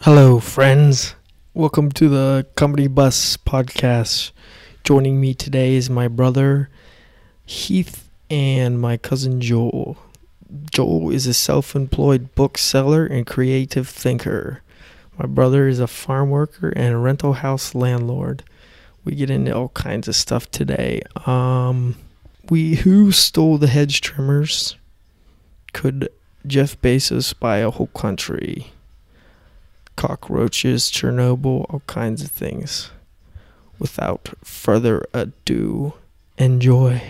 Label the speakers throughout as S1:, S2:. S1: Hello, friends. Welcome to the Comedy Bus podcast. Joining me today is my brother Heath and my cousin Joel. Joel is a self employed bookseller and creative thinker. My brother is a farm worker and a rental house landlord. We get into all kinds of stuff today. Um, we who stole the hedge trimmers? Could Jeff Bezos buy a whole country? cockroaches, Chernobyl, all kinds of things. Without further ado, enjoy.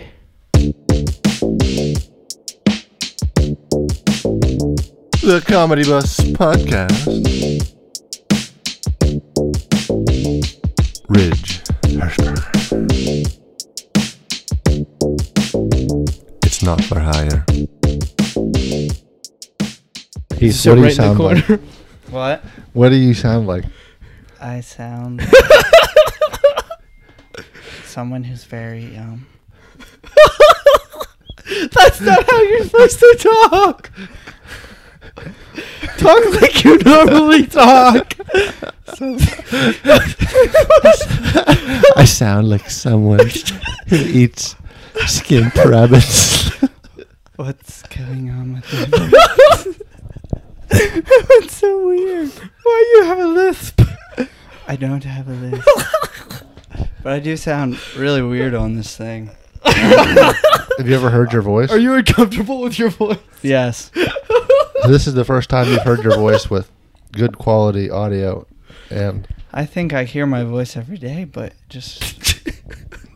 S2: The Comedy Bus Podcast. Ridge Hirschberg. It's not for hire.
S3: Heath,
S1: Sit
S3: what do you
S1: right in the
S3: sound like?
S1: corner.
S4: What?
S3: What do you sound like?
S4: I sound someone who's very um
S1: That's not how you're supposed to talk. Talk like you normally talk.
S3: I sound like someone who eats skimp rabbits.
S4: what's going on with him?
S1: That's so weird. Why you have a lisp?
S4: I don't have a list. but I do sound really weird on this thing.
S3: Have you ever heard your voice?
S1: Are you uncomfortable with your voice?
S4: Yes.
S3: this is the first time you've heard your voice with good quality audio. And
S4: I think I hear my voice every day, but just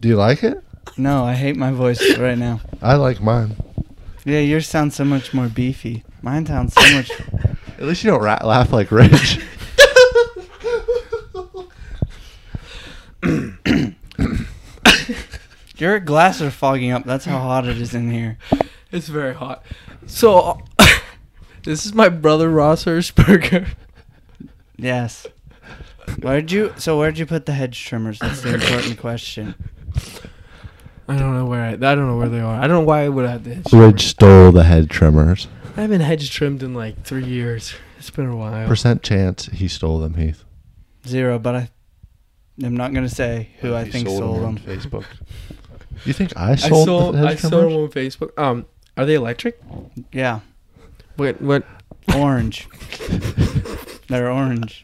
S3: do you like it?
S4: no, I hate my voice right now.
S3: I like mine.
S4: Yeah, yours sounds so much more beefy. Mine sounds so much
S3: At least you don't ra- laugh like Rich.
S4: Your glasses are fogging up. That's how hot it is in here.
S1: It's very hot. So, this is my brother Ross Hershberger.
S4: Yes. Where'd you so where'd you put the hedge trimmers? That's the important question.
S1: I don't know where I, I don't know where they are. I don't know why I would have the hedge
S3: Ridge stole the head trimmers.
S1: trimmer. I haven't hedge trimmed in like three years. It's been a while.
S3: Percent chance he stole them, Heath.
S4: Zero, but I, I'm not gonna say who I
S3: He
S4: think sold
S3: on
S4: them.
S3: Facebook. You think I
S1: I
S3: sold,
S1: sold
S3: the
S1: I
S3: head
S1: sold
S3: trimmers?
S1: them on Facebook. Um, are they electric?
S4: Yeah,
S1: What what?
S4: orange. They're orange.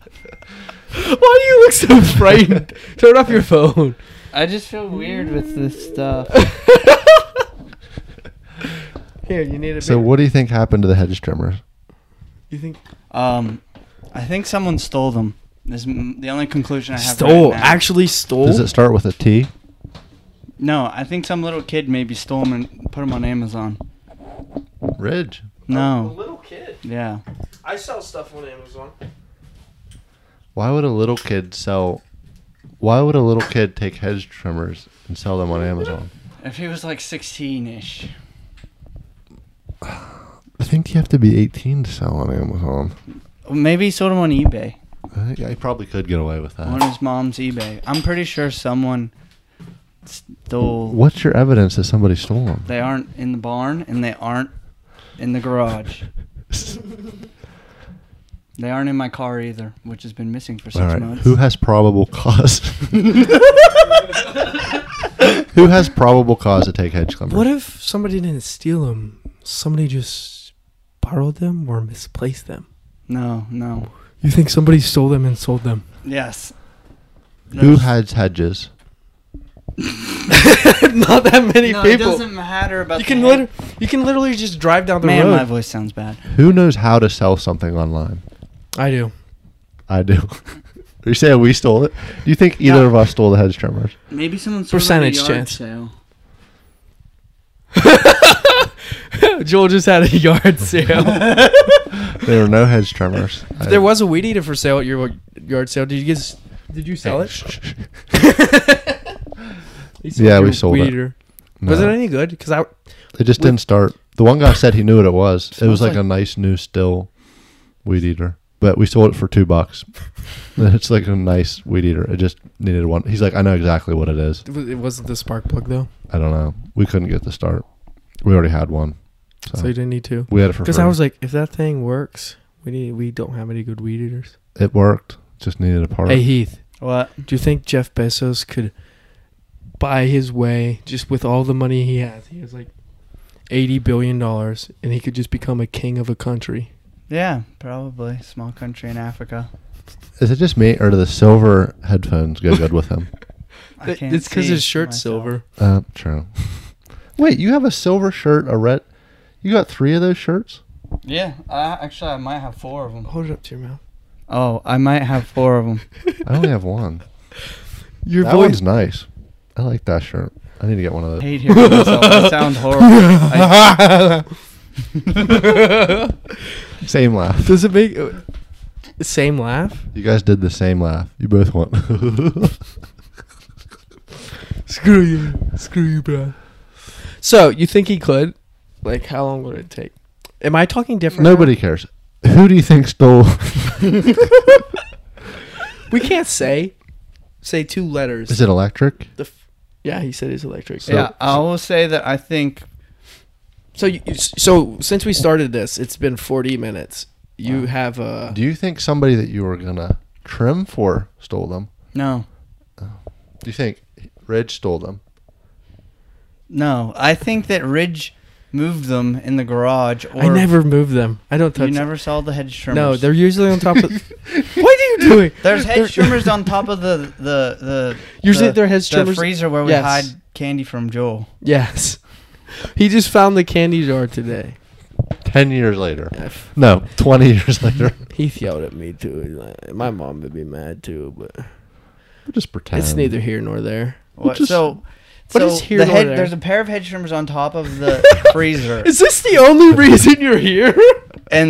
S1: Why do you look so frightened? Turn off your phone.
S4: I just feel weird with this stuff.
S1: Here, you need a.
S3: So
S1: bigger-
S3: what do you think happened to the hedge trimmers?
S1: you think?
S4: Um, I think someone stole them. This is m- the only conclusion I have.
S1: Stole.
S4: right now.
S1: Actually stole.
S3: Does it start with a T?
S4: no. I think some little kid maybe stole them and put them on Amazon.
S3: Ridge.
S4: No.
S1: little kid.
S4: Yeah.
S1: I sell stuff on Amazon.
S3: Why would a little kid sell? Why would a little kid take hedge trimmers and sell them on Amazon?
S4: If he was like 16ish,
S3: I think you have to be 18 to sell on Amazon.
S4: maybe he sold them on eBay.
S3: I think I probably could get away with
S4: On
S3: that.
S4: his mom's eBay. I'm pretty sure someone stole.
S3: What's your evidence that somebody stole them?
S4: They aren't in the barn and they aren't in the garage. They aren't in my car either, which has been missing for six
S3: All right.
S4: months.
S3: Who has probable cause? Who has probable cause to take hedge trimmers?
S1: What if somebody didn't steal them? Somebody just borrowed them or misplaced them.
S4: no, no.
S1: You think somebody stole them and sold them?
S4: Yes.
S3: Who has hedges?
S1: Not that many
S4: no, It
S1: people.
S4: doesn't matter about
S1: You can
S4: the-
S1: literally, you can literally just drive down the
S4: Man, my
S1: road.
S4: voice sounds bad.
S3: Who knows how to sell something online?
S1: I do.
S3: I do. you say we stole it? Do you think either
S4: No.
S3: of us stole the hedge trimmers?
S4: Maybe someone sold
S1: Percentage
S4: it at a yard
S1: chance.
S4: sale.
S1: Joel just had a yard sale.
S3: There were no hedge trimmers.
S1: there was a weed eater for sale at your yard sale. Did you guys? Did you sell it? You
S3: Yeah, we
S1: your
S3: sold
S1: weed
S3: it.
S1: Eater.
S3: No,
S1: Was it any good? Because I
S3: it just
S1: we-
S3: didn't start. The one guy said he knew what it was. It
S4: Smells
S3: was like,
S4: like-
S3: a nice new still weed eater, but we sold it for two bucks. it's like a nice weed eater. It just needed one. He's like, I know exactly what it is.
S1: it was- it wasn't the spark plug though,
S3: I don't know. We couldn't get the start. We already had one. So,
S1: so you didn't need to.
S3: we had it for free.
S1: Because I was like, if that thing works, we need, we don't have any good weed eaters.
S3: It worked. Just needed a part.
S1: Hey Heath,
S4: What?
S1: do you think Jeff Bezos could buy his way just with all the money he has? He has like eighty billion dollars, and he could just become a king of a country.
S4: Yeah, probably small country in Africa.
S3: Is it just me or do the silver headphones go good with him?
S4: I
S1: It-
S4: can't
S1: it's because
S4: see
S1: his shirt's
S4: myself.
S1: silver.
S3: Uh, true. Wait, you have a silver shirt, a red. You got three of those shirts.
S4: Yeah, I, actually, I might have four of them.
S1: Hold it up to your mouth.
S4: Oh, I might have four of them.
S3: I only have one.
S1: Your
S3: that
S1: voice.
S3: one's nice. I like that shirt. I need to get one of those.
S4: hate hearing myself. I sound horrible. I,
S3: Same laugh.
S1: Does it make uh, same laugh?
S3: You guys did the same laugh. You both went.
S1: Screw you, screw you, bro. So you think he could? Like, how long would it take? Am I talking different? now?
S3: Nobody cares. Who do you think stole?
S1: We can't say. Say two letters.
S3: Is it electric?
S1: the f- yeah, he said it's electric.
S3: So-
S4: yeah, I will say that I think
S1: So, you, you s- so since we started this, it's been 40 minutes. You
S3: Wow.
S1: have uh
S3: Do you think somebody that you were gonna trim for stole them?
S4: no,
S3: Do you think Ridge stole them?
S4: no. I think that Ridge moved them in the garage. Or
S1: I never move them. I don't
S4: You
S1: touch.
S4: never saw the hedge
S1: them.
S4: trimmers.
S1: No, they're usually on top of. what are you doing?
S4: There's
S1: They're-
S4: hedge trimmers on top of the the the
S1: Usually
S4: the,
S1: their hedge
S4: the
S1: trimmers.
S4: freezer where we
S1: Yes.
S4: hide candy from Joel.
S1: yes. He just found the candy jar today.
S3: Ten years later.
S1: I f-
S3: No, twenty years later.
S1: Heath yelled at me too. He's like- My mom would be mad too, but
S3: We'll just pretend.
S1: it's neither here nor there.
S4: What?
S3: just-
S4: so
S1: What
S4: so
S1: is here
S4: the
S1: nor
S4: head,
S1: there?
S4: there's a pair of hedge trimmers on top of the freezer,
S1: Is this the only reason you're here?
S4: and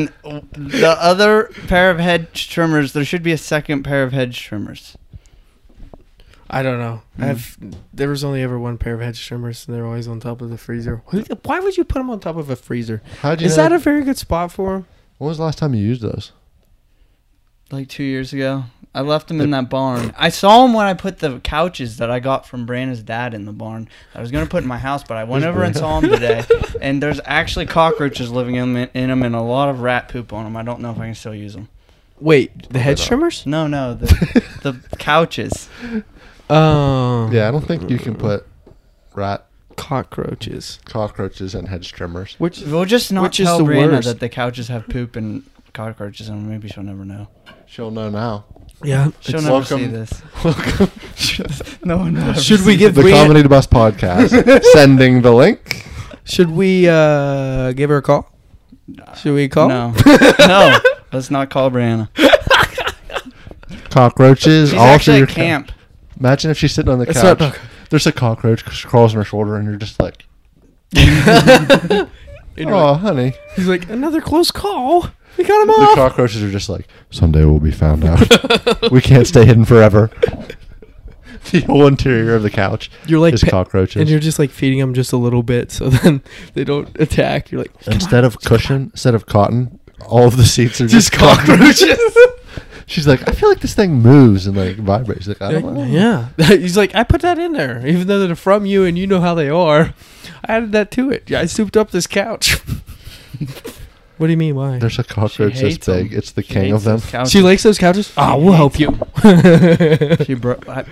S4: the other pair of hedge trimmers. There should be a second pair of hedge trimmers.
S1: I don't know. I've there was only ever one pair of hedge trimmers, and they're always on top of the freezer. Wh- Why would you put them on top of a freezer?
S3: How'd you
S1: Is
S3: know
S1: that a very good spot for them?
S3: When was the last time you used those?
S4: Like two years ago, I left them in that barn. I saw them when I put the couches that I got from Brandon's dad in the barn. I was gonna put in my house, but I went
S3: Who's
S4: over and
S3: Brandon?
S4: saw them today. and there's actually cockroaches living in, in them, and a lot of rat poop on them. I don't know if I can still use them.
S1: Wait, the hedge
S3: not.
S1: trimmers?
S4: No, no, the the couches.
S1: Um,
S3: Yeah, I don't think you can put rat
S1: cockroaches.
S3: cockroaches and hedge trimmers.
S1: Which
S4: We'll just not
S1: Which is
S4: tell
S1: the
S4: Brianna
S1: worst?
S4: that the couches have poop and cockroaches in them. Maybe she'll never know.
S3: She'll know now.
S1: yeah,
S4: She'll
S1: it's-
S4: never see
S3: welcome-
S4: this. no one knows.
S1: Should we give
S3: the
S1: Brianna-
S3: Comedy to Bus podcast. sending the link.
S1: should we uh, give her a call? Should we call?
S4: No, no. Let's not call Brianna.
S3: Cockroaches
S4: She's
S3: all through
S4: actually
S3: your
S4: at camp.
S3: ca- Imagine if she's sitting on the
S1: It's
S3: couch.
S1: not-
S3: There's a cockroach c- crawls on her shoulder, and you're just like,
S1: And you're
S3: "Oh,
S1: like-
S3: honey."
S1: he's like another close call. We got him
S3: The
S1: off.
S3: cockroaches are just like, "Someday we'll be found out. we can't stay hidden forever." the whole interior of the couch
S1: you're like
S3: is
S1: pe-
S3: cockroaches.
S1: and you're just like feeding them just a little bit, so then they don't attack. You're like
S3: instead of cushion, instead of cotton, all of the seats are
S1: just
S3: just, cockroaches.
S1: cockroaches.
S3: She's like, I feel like this thing moves and like vibrates. Like, I
S1: They're
S3: don't know.
S1: like, yeah, he's like I put that in there, even though they're from you and you know how they are. I added that to it. I souped up this couch. what do you mean? Why?
S3: There's a cockroach this
S4: hates 'em.
S3: big. It's the
S4: She
S3: king of
S4: hates
S3: them.
S4: those couches.
S1: She likes those couches. Ah, we'll help you.
S4: She bro- I,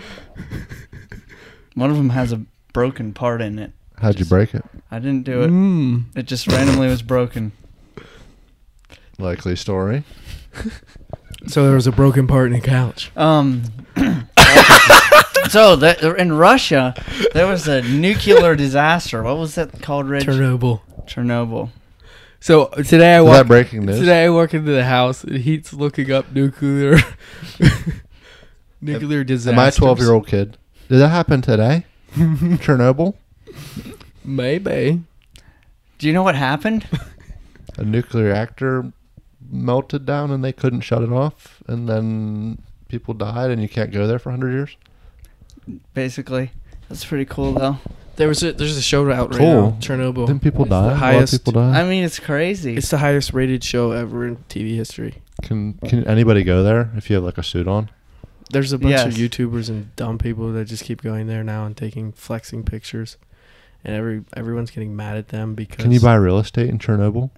S4: one of them has a broken part in it.
S3: How'd you
S4: Just-
S3: break it?
S4: I didn't do it.
S1: Mm.
S4: It just randomly was broken.
S3: Likely story.
S1: So there was a broken part in the couch.
S4: Um. so the, in Russia, there was a nuclear disaster. What was that called, Rich?
S1: Chernobyl.
S4: Chernobyl.
S1: So uh, today I
S3: Is that
S1: walk.
S3: breaking news?
S1: Today I walk into the house and Heat's looking up nuclear, nuclear disaster.
S3: Am I a 12 year old kid? Did that happen today? Chernobyl?
S1: Maybe.
S4: Do you know what happened?
S3: A nuclear reactor melted down and they couldn't shut it off. And then people died and you can't go there for 100 years?
S4: Basically, that's pretty cool though.
S1: There was a there's a show out right
S3: Cool.
S1: now. Chernobyl.
S3: Didn't people
S1: It's the
S3: die? A lot of
S1: highest-
S3: people die.
S4: I mean, it's crazy.
S1: It's the highest rated show ever in TV history.
S3: can, can anybody go there if you have like a suit on?
S1: There's a bunch of
S4: Yes.
S1: YouTubers and dumb people that just keep going there now and taking flexing pictures, and every everyone's getting mad at them because
S3: Can you buy real estate in Chernobyl?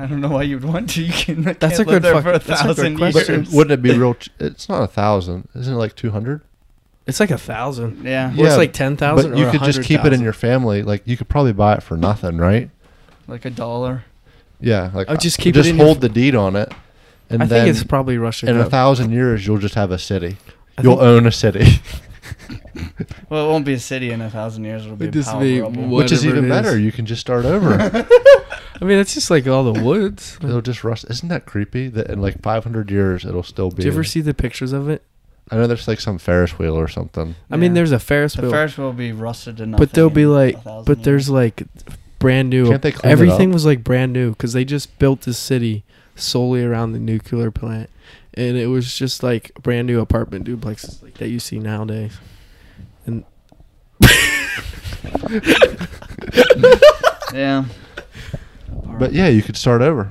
S4: I don't know why you'd want to. You can. I
S1: That's a
S4: can't live
S1: good
S4: there
S1: fuck-
S4: for a
S1: that's a good
S4: thousand
S3: But
S1: question.
S4: years.
S3: it- wouldn't it be real? Ch- it's not a thousand. Isn't it like two hundred?
S1: It's like a thousand.
S4: Yeah,
S1: Well,
S3: Yeah,
S1: it's like ten thousand.
S3: But you could just keep it in your family. Like you could probably buy it for nothing, right?
S4: like a dollar.
S3: Yeah. Like uh,
S1: I'll just keep it
S3: Just
S1: in your
S3: hold the deed on it, and
S1: I
S3: then
S1: think it's probably Russian.
S3: in a
S1: Cup.
S3: thousand years you'll just have a city.
S1: I
S3: You'll
S1: think-
S3: own a city,
S4: Well, it won't be a city in a thousand years. It'll be
S1: It'd
S4: a
S1: just
S4: pile
S1: be
S4: of rubble.
S1: what-
S3: which is
S1: Whatever
S3: even
S1: it
S3: better.
S1: is.
S3: You can just start over.
S1: I mean, it's just like all the woods.
S3: it'll just rust. Isn't that creepy? That in like five hundred years it'll still be.
S1: Do you ever see the pictures of it?
S3: I know there's like some Ferris wheel or something.
S1: I mean,
S4: Yeah.
S1: there's a Ferris
S4: The
S1: wheel,
S4: Ferris wheel will be rusted to nothing.
S1: but there'll be
S4: in
S1: like,
S4: a thousand
S1: but there's
S4: years.
S1: like brand new.
S3: Can't they clean it
S1: Everything
S3: up?
S1: was like brand new because they just built this city solely around the nuclear plant, and it was just like brand new apartment duplexes like that you see nowadays. And
S4: yeah,
S3: But yeah, you could start over.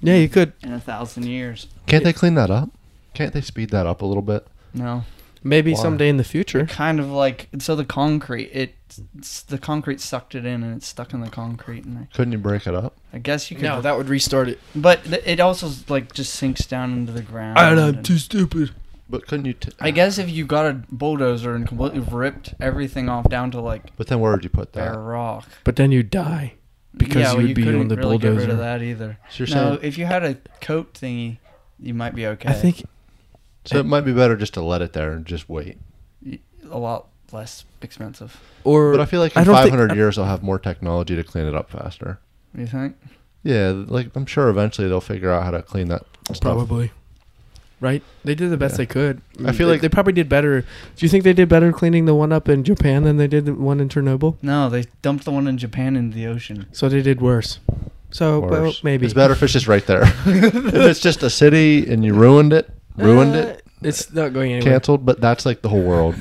S1: yeah, you could
S4: in a thousand years.
S3: Can't they clean that up? Can't they speed that up a little bit?
S4: No,
S1: maybe
S3: Why?
S1: someday in the future.
S4: kind of like so the concrete. It it's- the concrete sucked it in and it's stuck in the concrete. And
S3: Couldn't you break it up?
S4: I, I guess you could.
S1: No, that would restart it.
S4: but th- it also like just sinks down into the ground.
S1: I don't know. I'm
S4: and-
S1: too stupid.
S3: But couldn't you? T-
S4: I guess if you got a bulldozer and completely ripped everything off down to like
S3: But then where would you put that?
S4: bare rock,
S1: But then you die. Because you would be on
S4: couldn't
S1: the
S4: really Get rid
S1: bulldozer.
S4: of that either.
S3: So you're
S4: no,
S3: saying
S4: if you had a coat thingy, you might be okay.
S1: I think
S3: so it might be better just to let it there and just wait.
S4: a lot less expensive.
S1: or
S3: But I feel like
S1: I
S3: in
S1: don't think-
S3: 500 years they'll have more technology to clean it up faster.
S4: You think?
S3: Yeah, like I'm sure eventually they'll figure out how to clean that stuff.
S1: Probably. Right? They did the best
S3: Yeah.
S1: they could.
S3: I feel
S1: They-
S3: like-
S1: they probably did better. Do you think they did better cleaning the one up in Japan than they did the one in Chernobyl?
S4: No, they dumped the one in Japan into the ocean.
S1: So they did worse. So
S3: oh,
S1: well,
S3: Worse.
S1: maybe
S3: It's better if it's just right there. if it's just a city and you ruined it, ruined
S1: Uh,
S3: it,
S1: It's not going anywhere.
S3: canceled. But that's like the whole world.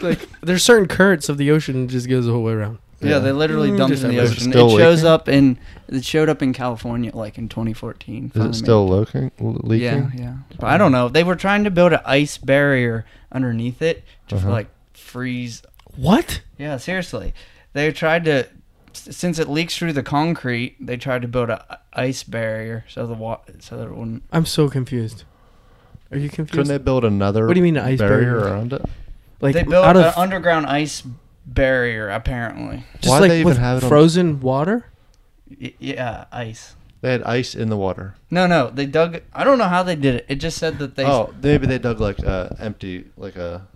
S1: like there's certain currents of the ocean that just goes the whole way around.
S4: Yeah, they literally
S1: Mm,
S4: dumped
S1: just
S4: it in the
S3: is it
S4: ocean. It
S3: still
S4: shows
S3: leaking?
S4: up in it showed up in California like in 2014.
S3: Is
S4: finally
S3: it still leaking? leaking?
S4: Yeah, yeah. But I don't know. They were trying to build an ice barrier underneath it to
S3: Uh-huh.
S4: like freeze.
S1: What?
S4: Yeah, seriously. They tried to s- since it leaks through the concrete, they tried to build an ice barrier so the wa- so that it wouldn't.
S1: I'm so confused. Are you
S3: Couldn't
S1: confused?
S3: they build another?
S1: What do you mean, an ice
S3: barrier,
S1: barrier?
S3: around it?
S1: like
S4: they built
S1: out
S4: an
S1: of
S4: underground ice barrier apparently.
S1: just
S3: Why'd
S1: like
S3: they even
S1: with
S3: have it on-
S1: frozen water?
S4: Y- yeah, ice.
S3: They had ice in the water.
S4: No, no, they dug. I don't know how they did it. It just said that they.
S3: oh, maybe they dug like a empty, like a,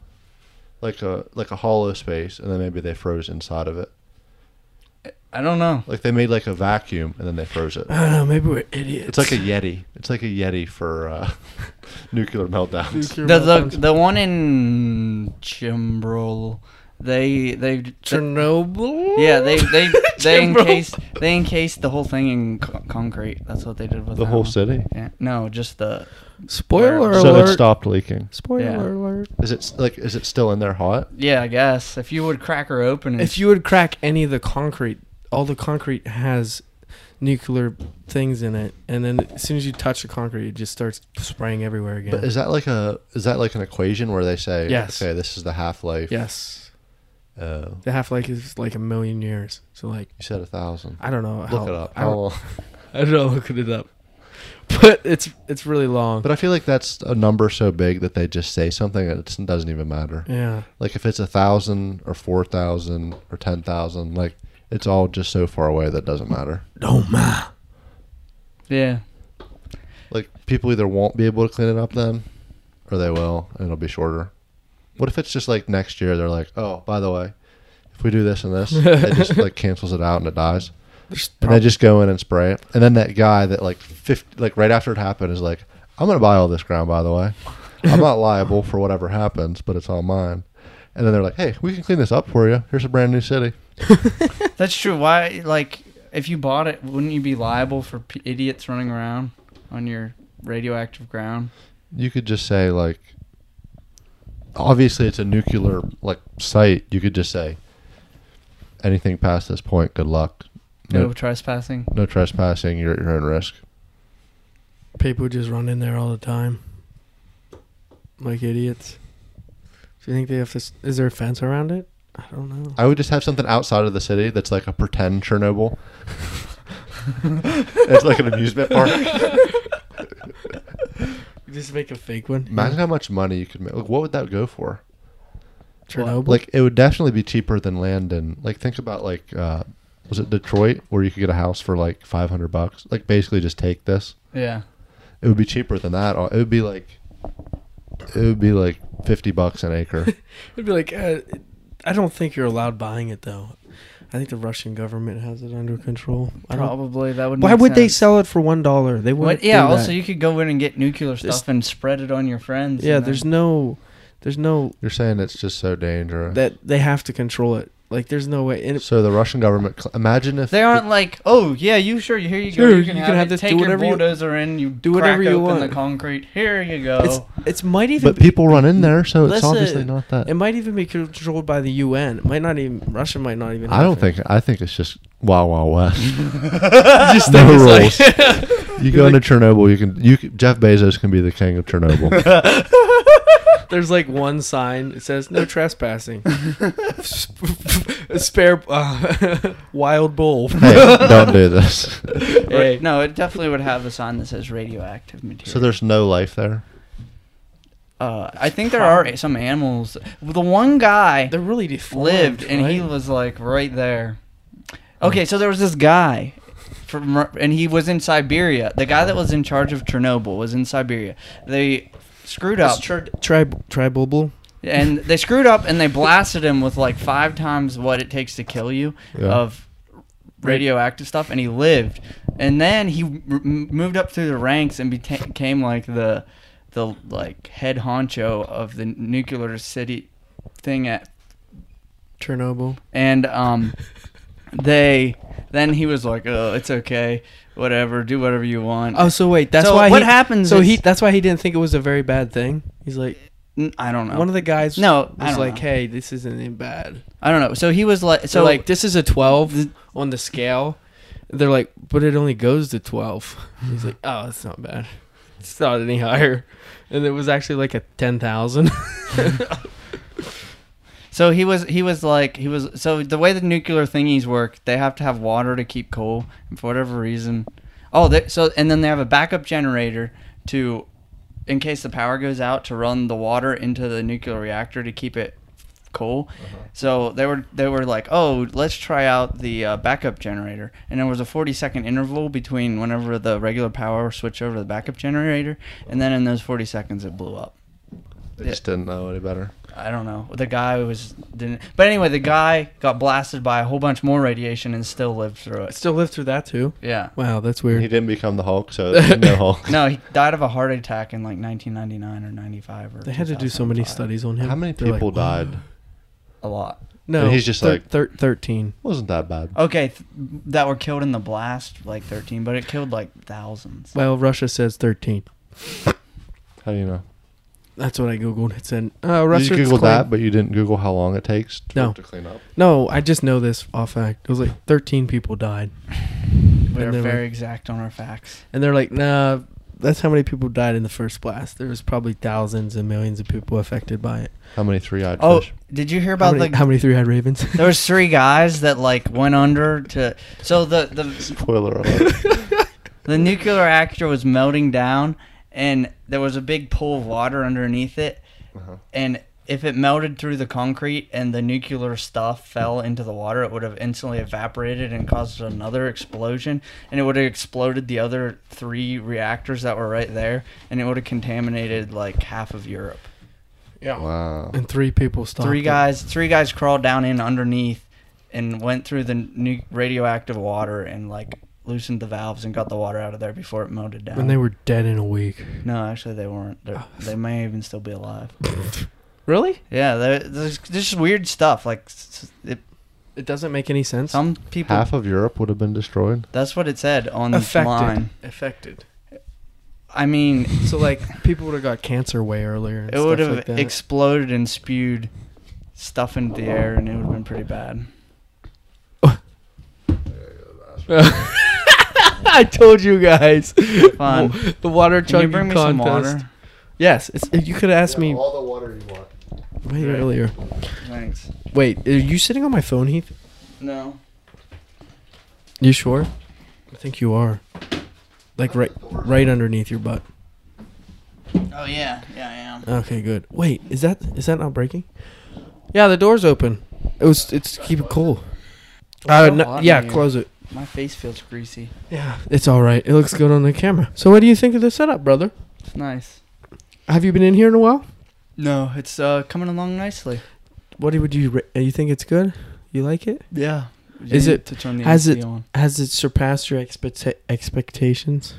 S3: like a like a hollow space, and then maybe they froze inside of it.
S4: I don't know.
S3: Like they made like a vacuum, and then they froze it.
S1: I don't know. Maybe we're idiots.
S3: It's like a yeti. It's like a yeti for uh, nuclear meltdowns.
S1: Nuclear
S4: The, the
S1: meltdowns.
S4: the one in Chimbrel, they they
S1: Chernobyl.
S4: yeah they they they
S1: Chimbrel.
S4: encased they encased the whole thing in co- concrete. That's what they did with
S3: The
S4: that
S3: whole
S4: one.
S3: city.
S4: Yeah. No, just the
S1: Spoiler
S4: So
S3: So it
S1: alert.
S3: stopped leaking.
S1: Spoiler
S4: Yeah.
S1: alert.
S3: Is it s- like is it still in there hot?
S4: yeah. I guess if you would crack her open, and
S1: If you would crack any of the concrete, all the concrete has nuclear things in it, and then as soon as you touch the concrete, it just starts spraying everywhere again.
S3: But is that like a is that like an equation where they say
S1: Yes.
S3: okay this is the half life?
S1: yes,
S3: Uh,
S1: the half life is like a million years. So like,
S3: you said a thousand.
S1: I don't know.
S3: Look
S1: how-
S3: it up.
S1: I
S3: How
S1: don't,
S3: long?
S1: I don't know. Looking it up, but it's it's really long.
S3: But I feel like that's a number so big that they just say something and it doesn't even matter.
S1: yeah,
S3: Like if it's a thousand or four thousand or ten thousand, like it's all just so far away that it doesn't matter.
S1: don't mind.
S4: yeah.
S3: Like people either won't be able to clean it up then, or they will and it'll be shorter. What if it's just like next year they're like, oh, by the way, if we do this and this, it just like cancels it out and it dies.
S1: There's
S3: And
S1: prob-
S3: they just go in and spray it. And then that guy that like 50, like right after it happened is like, I'm gonna buy all this ground by the way. I'm not liable for whatever happens, but it's all mine. And then they're like, Hey, we can clean this up for you. Here's a brand new city.
S4: That's true. Why like if you bought it, wouldn't you be liable for p- idiots running around on your radioactive ground?
S3: You could just say like, obviously it's a nuclear like site. You could just say, anything past this point, good luck.
S4: No
S3: No,
S4: trespassing.
S3: no trespassing. You're at your own risk.
S1: people just run in there all the time, like idiots. Do you think they have to? s- Is there a fence around it? I don't know.
S3: I would just have something outside of the city that's like a pretend Chernobyl. it's like an amusement park.
S1: Just make a fake one.
S3: Imagine how much money you could make. Like, what would that go for?
S1: Chernobyl.
S3: Like, it would definitely be cheaper than land in. Like, think about like, uh, was it Detroit where you could get a house for like five hundred bucks? Like, basically just take this.
S4: Yeah.
S3: It would be cheaper than that. It would be like, it would be like fifty bucks an acre.
S1: It'd be like, uh, I don't think you're allowed buying it though. I think the Russian government has it under control. I don't,
S4: Probably that would.
S1: why
S4: make
S1: would they
S4: sense.
S1: sell it for one dollar? They
S4: What?
S1: wouldn't.
S4: Yeah.
S1: do that.
S4: Also, you could go in and get nuclear
S1: There's-
S4: stuff and spread it on your friends.
S1: yeah.
S4: and then-
S1: There's no, there's no
S3: You're saying it's just so dangerous.
S1: that they have to control it. Like there's no way. And it,
S3: so the Russian government. Cl- imagine if
S4: They aren't like, oh yeah, you sure? Here you go.
S1: Sure,
S4: you can have, it.
S1: this,
S4: Take
S1: do
S4: your
S1: whatever you-
S4: bulldozer in. You
S1: do
S4: crack
S1: whatever you
S4: open
S1: want.
S4: the concrete. Here you go.
S1: it's it's might even
S3: But
S1: be,
S3: people run in there, so it's
S1: Let's, uh,
S3: obviously not that.
S1: it might even be controlled by the UN. It might not even Russia might not even.
S3: I
S1: have
S3: don't
S1: it.
S3: think. I think it's just Wild Wild West.
S1: just
S3: no
S1: think
S3: rules.
S1: it's like-
S3: you go into Chernobyl. You can. You can- Jeff Bezos can be the king of Chernobyl.
S1: There's like one sign. It says no trespassing. Spare uh, wild bull.
S3: hey, don't do this.
S1: Hey.
S4: No, it definitely would have a sign that says radioactive material.
S3: So there's no life there.
S4: Uh, I think there are some animals. The one guy
S1: They're really deformed.
S4: lived, and he
S1: right?
S4: was like right there. Okay, so there was this guy, from Ru- and he was in Siberia. The guy that was in charge of Chernobyl was in Siberia. They screwed up.
S1: Trib- tribal bull.
S4: and they screwed up and they blasted him with like five times what it takes to kill you
S3: Yeah.
S4: of radioactive stuff and he lived and then he m- m- moved up through the ranks and beta- became like the the like head honcho of the nuclear city thing at
S1: Chernobyl.
S4: and um they then he was like oh it's okay whatever do whatever you want
S1: Oh, so wait, that's
S4: So
S1: why
S4: what
S1: he,
S4: happens
S1: So
S4: is-
S1: he that's why he didn't think it was a very bad thing. He's like
S4: N- i don't know
S1: one of the guys.
S4: No, I
S1: was
S4: don't
S1: like,
S4: know.
S1: hey, this isn't even bad.
S4: i don't know so he was like
S1: So
S4: so
S1: like this is a twelve on the scale. They're like, but it only goes to twelve. He's like, oh, it's not bad. It's not any higher. And it was actually like a ten thousand.
S4: So he was he was like he was so the way the nuclear thingies work, they have to have water to keep cool, and for whatever reason, oh, they, so and then they have a backup generator to, in case the power goes out, to run the water into the nuclear reactor to keep it cool. So they were they were like, oh, let's try out the uh, backup generator, and there was a forty second interval between whenever the regular power switched over to the backup generator, and then in those forty seconds it blew up.
S3: They just didn't know any better.
S4: I don't know. The guy was didn't. But anyway, the guy got blasted by a whole bunch more radiation and still lived through
S1: I
S4: it.
S1: still lived through that too.
S4: Yeah.
S1: Wow, that's
S3: He
S1: weird.
S3: didn't become the Hulk, so there's no Hulk.
S4: No, he died of a heart attack in like 1999 or 95 or.
S1: They had to do so many
S4: 2005.
S1: studies on him.
S3: How many
S1: They're like,
S3: people died?
S4: A lot.
S1: No,
S3: And he's just like-
S1: thir- thirteen.
S3: Wasn't that bad?
S4: Okay, th- that were killed in the blast, like 13, but it killed like thousands.
S1: Well, Russia says thirteen.
S3: How do you know?
S1: That's what I googled. It said uh,
S3: Did
S1: Russia.
S3: you Google that, but you didn't Google how long it takes to,
S1: No.
S3: to clean up.
S1: No, I just know this off fact. It was like thirteen people died,
S4: We are
S1: and they were-
S4: very exact on our facts.
S1: and they're like, "Nah, that's how many people died in the first blast. There was probably thousands and millions of people affected by it."
S3: How many three-eyed
S4: Oh,
S3: fish?
S4: did you hear
S1: How
S4: about
S1: many,
S4: the?
S1: how many three-eyed ravens?
S4: There was three guys that like went under to. So the the
S3: Spoiler alert.
S4: The nuclear reactor was melting down, and there was a big pool of water underneath it.
S3: Uh-huh.
S4: And if it melted through the concrete and the nuclear stuff fell into the water, it would have instantly evaporated and caused another explosion. And it would have exploded the other three reactors that were right there, and it would have contaminated like half of Europe.
S1: Oh.
S3: wow.
S1: and three people stopped.
S4: three
S1: it.
S4: guys, three guys crawled down in underneath and went through the nu- radioactive water and like loosened the valves and got the water out of there before it melted down.
S1: and they were dead in a week.
S4: No, actually, they weren't. They're, they may even still be alive.
S1: Really?
S4: Yeah, there- there's there's just weird stuff. Like s- s- it,
S1: It doesn't make any sense.
S4: some people.
S3: Half of Europe would have been destroyed.
S4: That's what it said on the
S1: affected.
S4: line.
S1: Affected.
S4: I mean,
S1: So like people would have got cancer way earlier. And
S4: it would have
S1: like that.
S4: exploded and spewed stuff into the air, and it would have been pretty bad.
S1: I told you guys.
S4: Fun.
S1: the water
S4: Can you
S1: chugging
S4: bring me
S1: contest.
S4: some water?
S1: Yes, it's, you could ask me
S3: all the water you want.
S1: way
S4: Right.
S1: earlier.
S4: Thanks.
S1: Wait, are you sitting on my phone, Heath?
S4: No.
S1: You sure? I think you are. Like right, right underneath your butt.
S4: Oh yeah, yeah, I am.
S1: Okay, good. Wait, is that is that not breaking? Yeah, the door's open. It was. It's keep it cool. Uh,
S4: so
S1: no-
S4: hot in
S1: yeah,
S4: here.
S1: close it.
S4: My face feels greasy.
S1: Yeah, it's all right. It looks good on the camera. So, what do you think of the setup, brother?
S4: It's nice.
S1: Have you been in here in a while?
S4: No, it's uh, coming along nicely.
S1: What would you? ra- You think it's good? You like it?
S4: Yeah.
S1: Is it-
S4: to turn the
S1: has
S4: AC
S1: it-
S4: on?
S1: Has it surpassed your expect- expectations?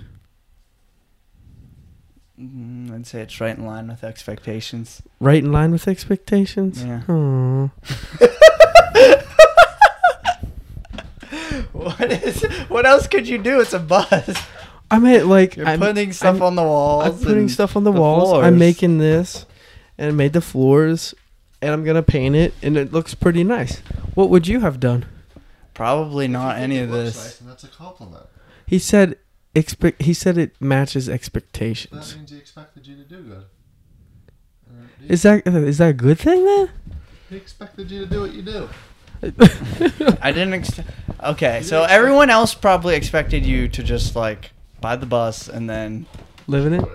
S4: Mm, I'd say it's right in line with expectations.
S1: Right in line with expectations.
S4: Yeah.
S1: Aw.
S4: What is? What else could you do? It's a bus.
S1: I mean, like
S4: You're
S1: I'm
S4: putting stuff
S1: I'm-
S4: on the walls.
S1: I'm putting
S4: and-
S1: stuff on the,
S4: the
S1: walls.
S4: floors.
S1: I'm making this, and I made the floors, and I'm gonna paint it, and it looks pretty nice. What would you have done?
S4: Probably not any of
S3: Looks
S4: this.
S3: nice, and that's a compliment.
S1: He said, expect. He said it matches expectations.
S3: That means he expected you to do good. Or he-
S1: Is that is that a good thing then?
S3: He expected you to do what you do.
S4: I didn't. Ex- okay, so everyone else probably expected you to just like buy the bus and then
S1: Living it.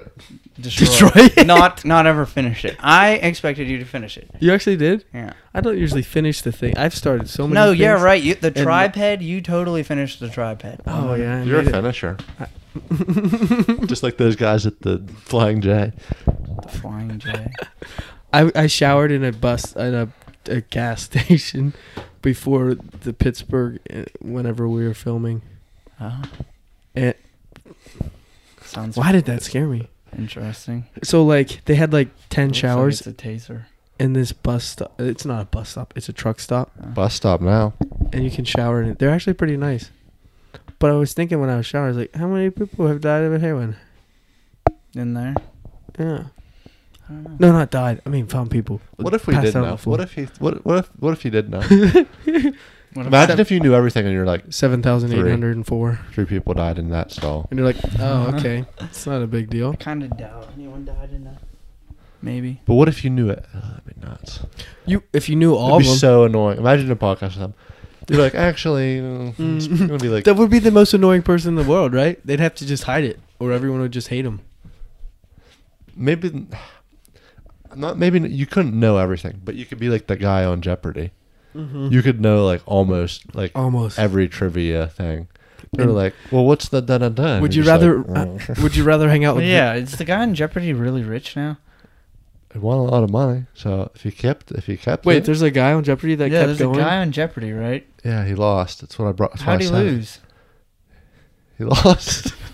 S4: destroy,
S1: Destroy it.
S4: not not ever finish it. I expected you to finish it.
S1: You actually did.
S4: Yeah.
S1: I don't usually finish the thing. I've started so many.
S4: No, yeah,
S1: things.
S4: right. You, the
S1: and-
S4: tribe head. You totally finished the tribe head.
S1: Oh yeah, I
S2: You're a
S1: made it.
S2: finisher. Just like those guys at the Flying J.
S4: The flying J.
S1: I I showered in a bus at a, a gas station before the Pittsburgh uh, whenever we were filming.
S4: Oh.
S1: Eh.
S4: Sounds
S1: Why did that scare me?
S4: interesting.
S1: So like they had like ten
S4: Looks like
S1: showers
S4: it's a taser.
S1: in this bus stop. It's not a bus stop. It's a truck stop,
S3: Bus stop now.
S1: and you can shower in it. They're actually pretty nice. But I was thinking when I was showering, I was like, how many people have died of a heroin?
S4: In there.
S1: Yeah.
S4: I don't know.
S1: No, not died. I mean, found people.
S3: What if we
S1: Passed
S3: did
S1: out on
S3: know?
S1: the floor.
S3: What if he? What, what if? What if you did know?
S4: What about
S3: Imagine if you knew everything and you're like,
S1: Seven thousand eight hundred and four.
S3: three people died in that stall.
S1: And you're like, oh, okay, it's not a big deal.
S4: I kind of doubt anyone died in that. Maybe.
S3: But what if you knew it? Ugh, that'd be nuts.
S1: You, if you knew all
S3: It'd
S1: of
S3: be
S1: them,
S3: so annoying. Imagine a podcast with them. You're like, actually, mm, it's
S1: Mm.
S3: gonna be like,
S1: that would be the most annoying person in the world, right? They'd have to just hide it, or everyone would just hate them.
S3: maybe not maybe you couldn't know everything but you could be like the guy on jeopardy you could know like almost like
S1: Mm-hmm. Almost.
S3: every trivia thing they're
S1: And-
S3: like well what's the da da da and
S1: Would you
S3: you're just
S1: rather?
S3: like,
S1: uh, would you rather hang out with?
S4: yeah, is the guy in Jeopardy really rich now?
S3: "Mm." it won a lot of money so if he kept if he kept
S1: Wait,
S3: it-
S1: there's a guy on Jeopardy that
S4: yeah,
S1: kept
S4: there's
S1: going.
S4: a guy on Jeopardy, right?
S3: yeah he lost that's what i brought that's what
S4: How'd
S3: I
S4: he
S3: said.
S4: lose?
S3: he lost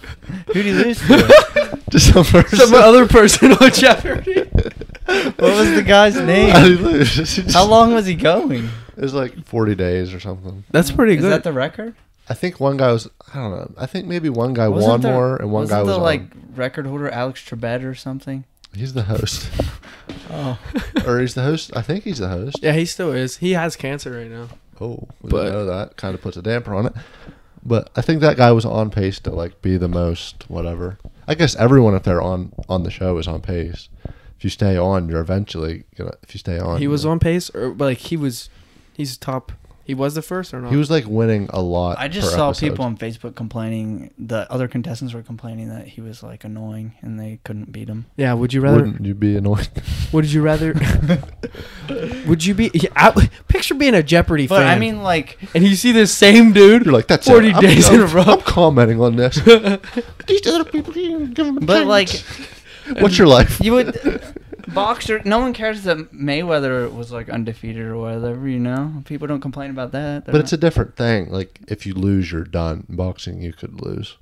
S4: Who'd he lose to?
S3: to some person
S1: Some other person on Oh, Jeopardy.
S4: what was the guy's
S3: How'd he
S4: name?
S3: lose?
S4: How long was he going?
S3: it was like 40 days or something
S1: That's pretty
S4: Is that
S1: good.
S4: the record?
S3: i think one guy was i don't know i think maybe one guy
S4: Wasn't
S3: won
S4: the-
S3: more and one
S4: wasn't
S3: guy was
S4: the
S3: on.
S4: like record holder Alex Trebet or something.
S3: he's the host
S4: Oh,
S3: or he's the host i think he's the host
S1: yeah, he still is. He has cancer right now.
S3: Oh, we
S1: But-
S3: didn't know that kind of puts a damper on it. But I think that guy was on pace to like be the most whatever. I guess everyone up there on on the show is on pace. If you stay on, you're eventually gonna. If you stay on,
S1: He was
S3: you're-
S1: on pace, or but, like he was, he's top. He was the first or not?
S3: He was like winning a lot.
S4: I just
S3: per
S4: saw
S3: episode.
S4: people on Facebook complaining. The other contestants were complaining that he was like annoying and they couldn't beat him.
S1: Yeah. Would you rather?
S3: Wouldn't you be annoyed?
S1: Would you rather? would you be? Yeah, I, picture being a Jeopardy
S4: But
S1: fan.
S4: I mean, like,
S1: and you see this same dude.
S3: You're like that's
S1: 40
S3: it. I'm-
S1: days
S3: I'm,
S1: in a row.
S3: I'm commenting on this. These other people, you give them a
S4: but
S3: chance.
S4: like,
S3: what's your life?
S4: you would boxer. No one cares that Mayweather was like undefeated or whatever. You know, people don't complain about that.
S3: But it's a different thing. Like if you lose, you're done. In boxing, you could lose.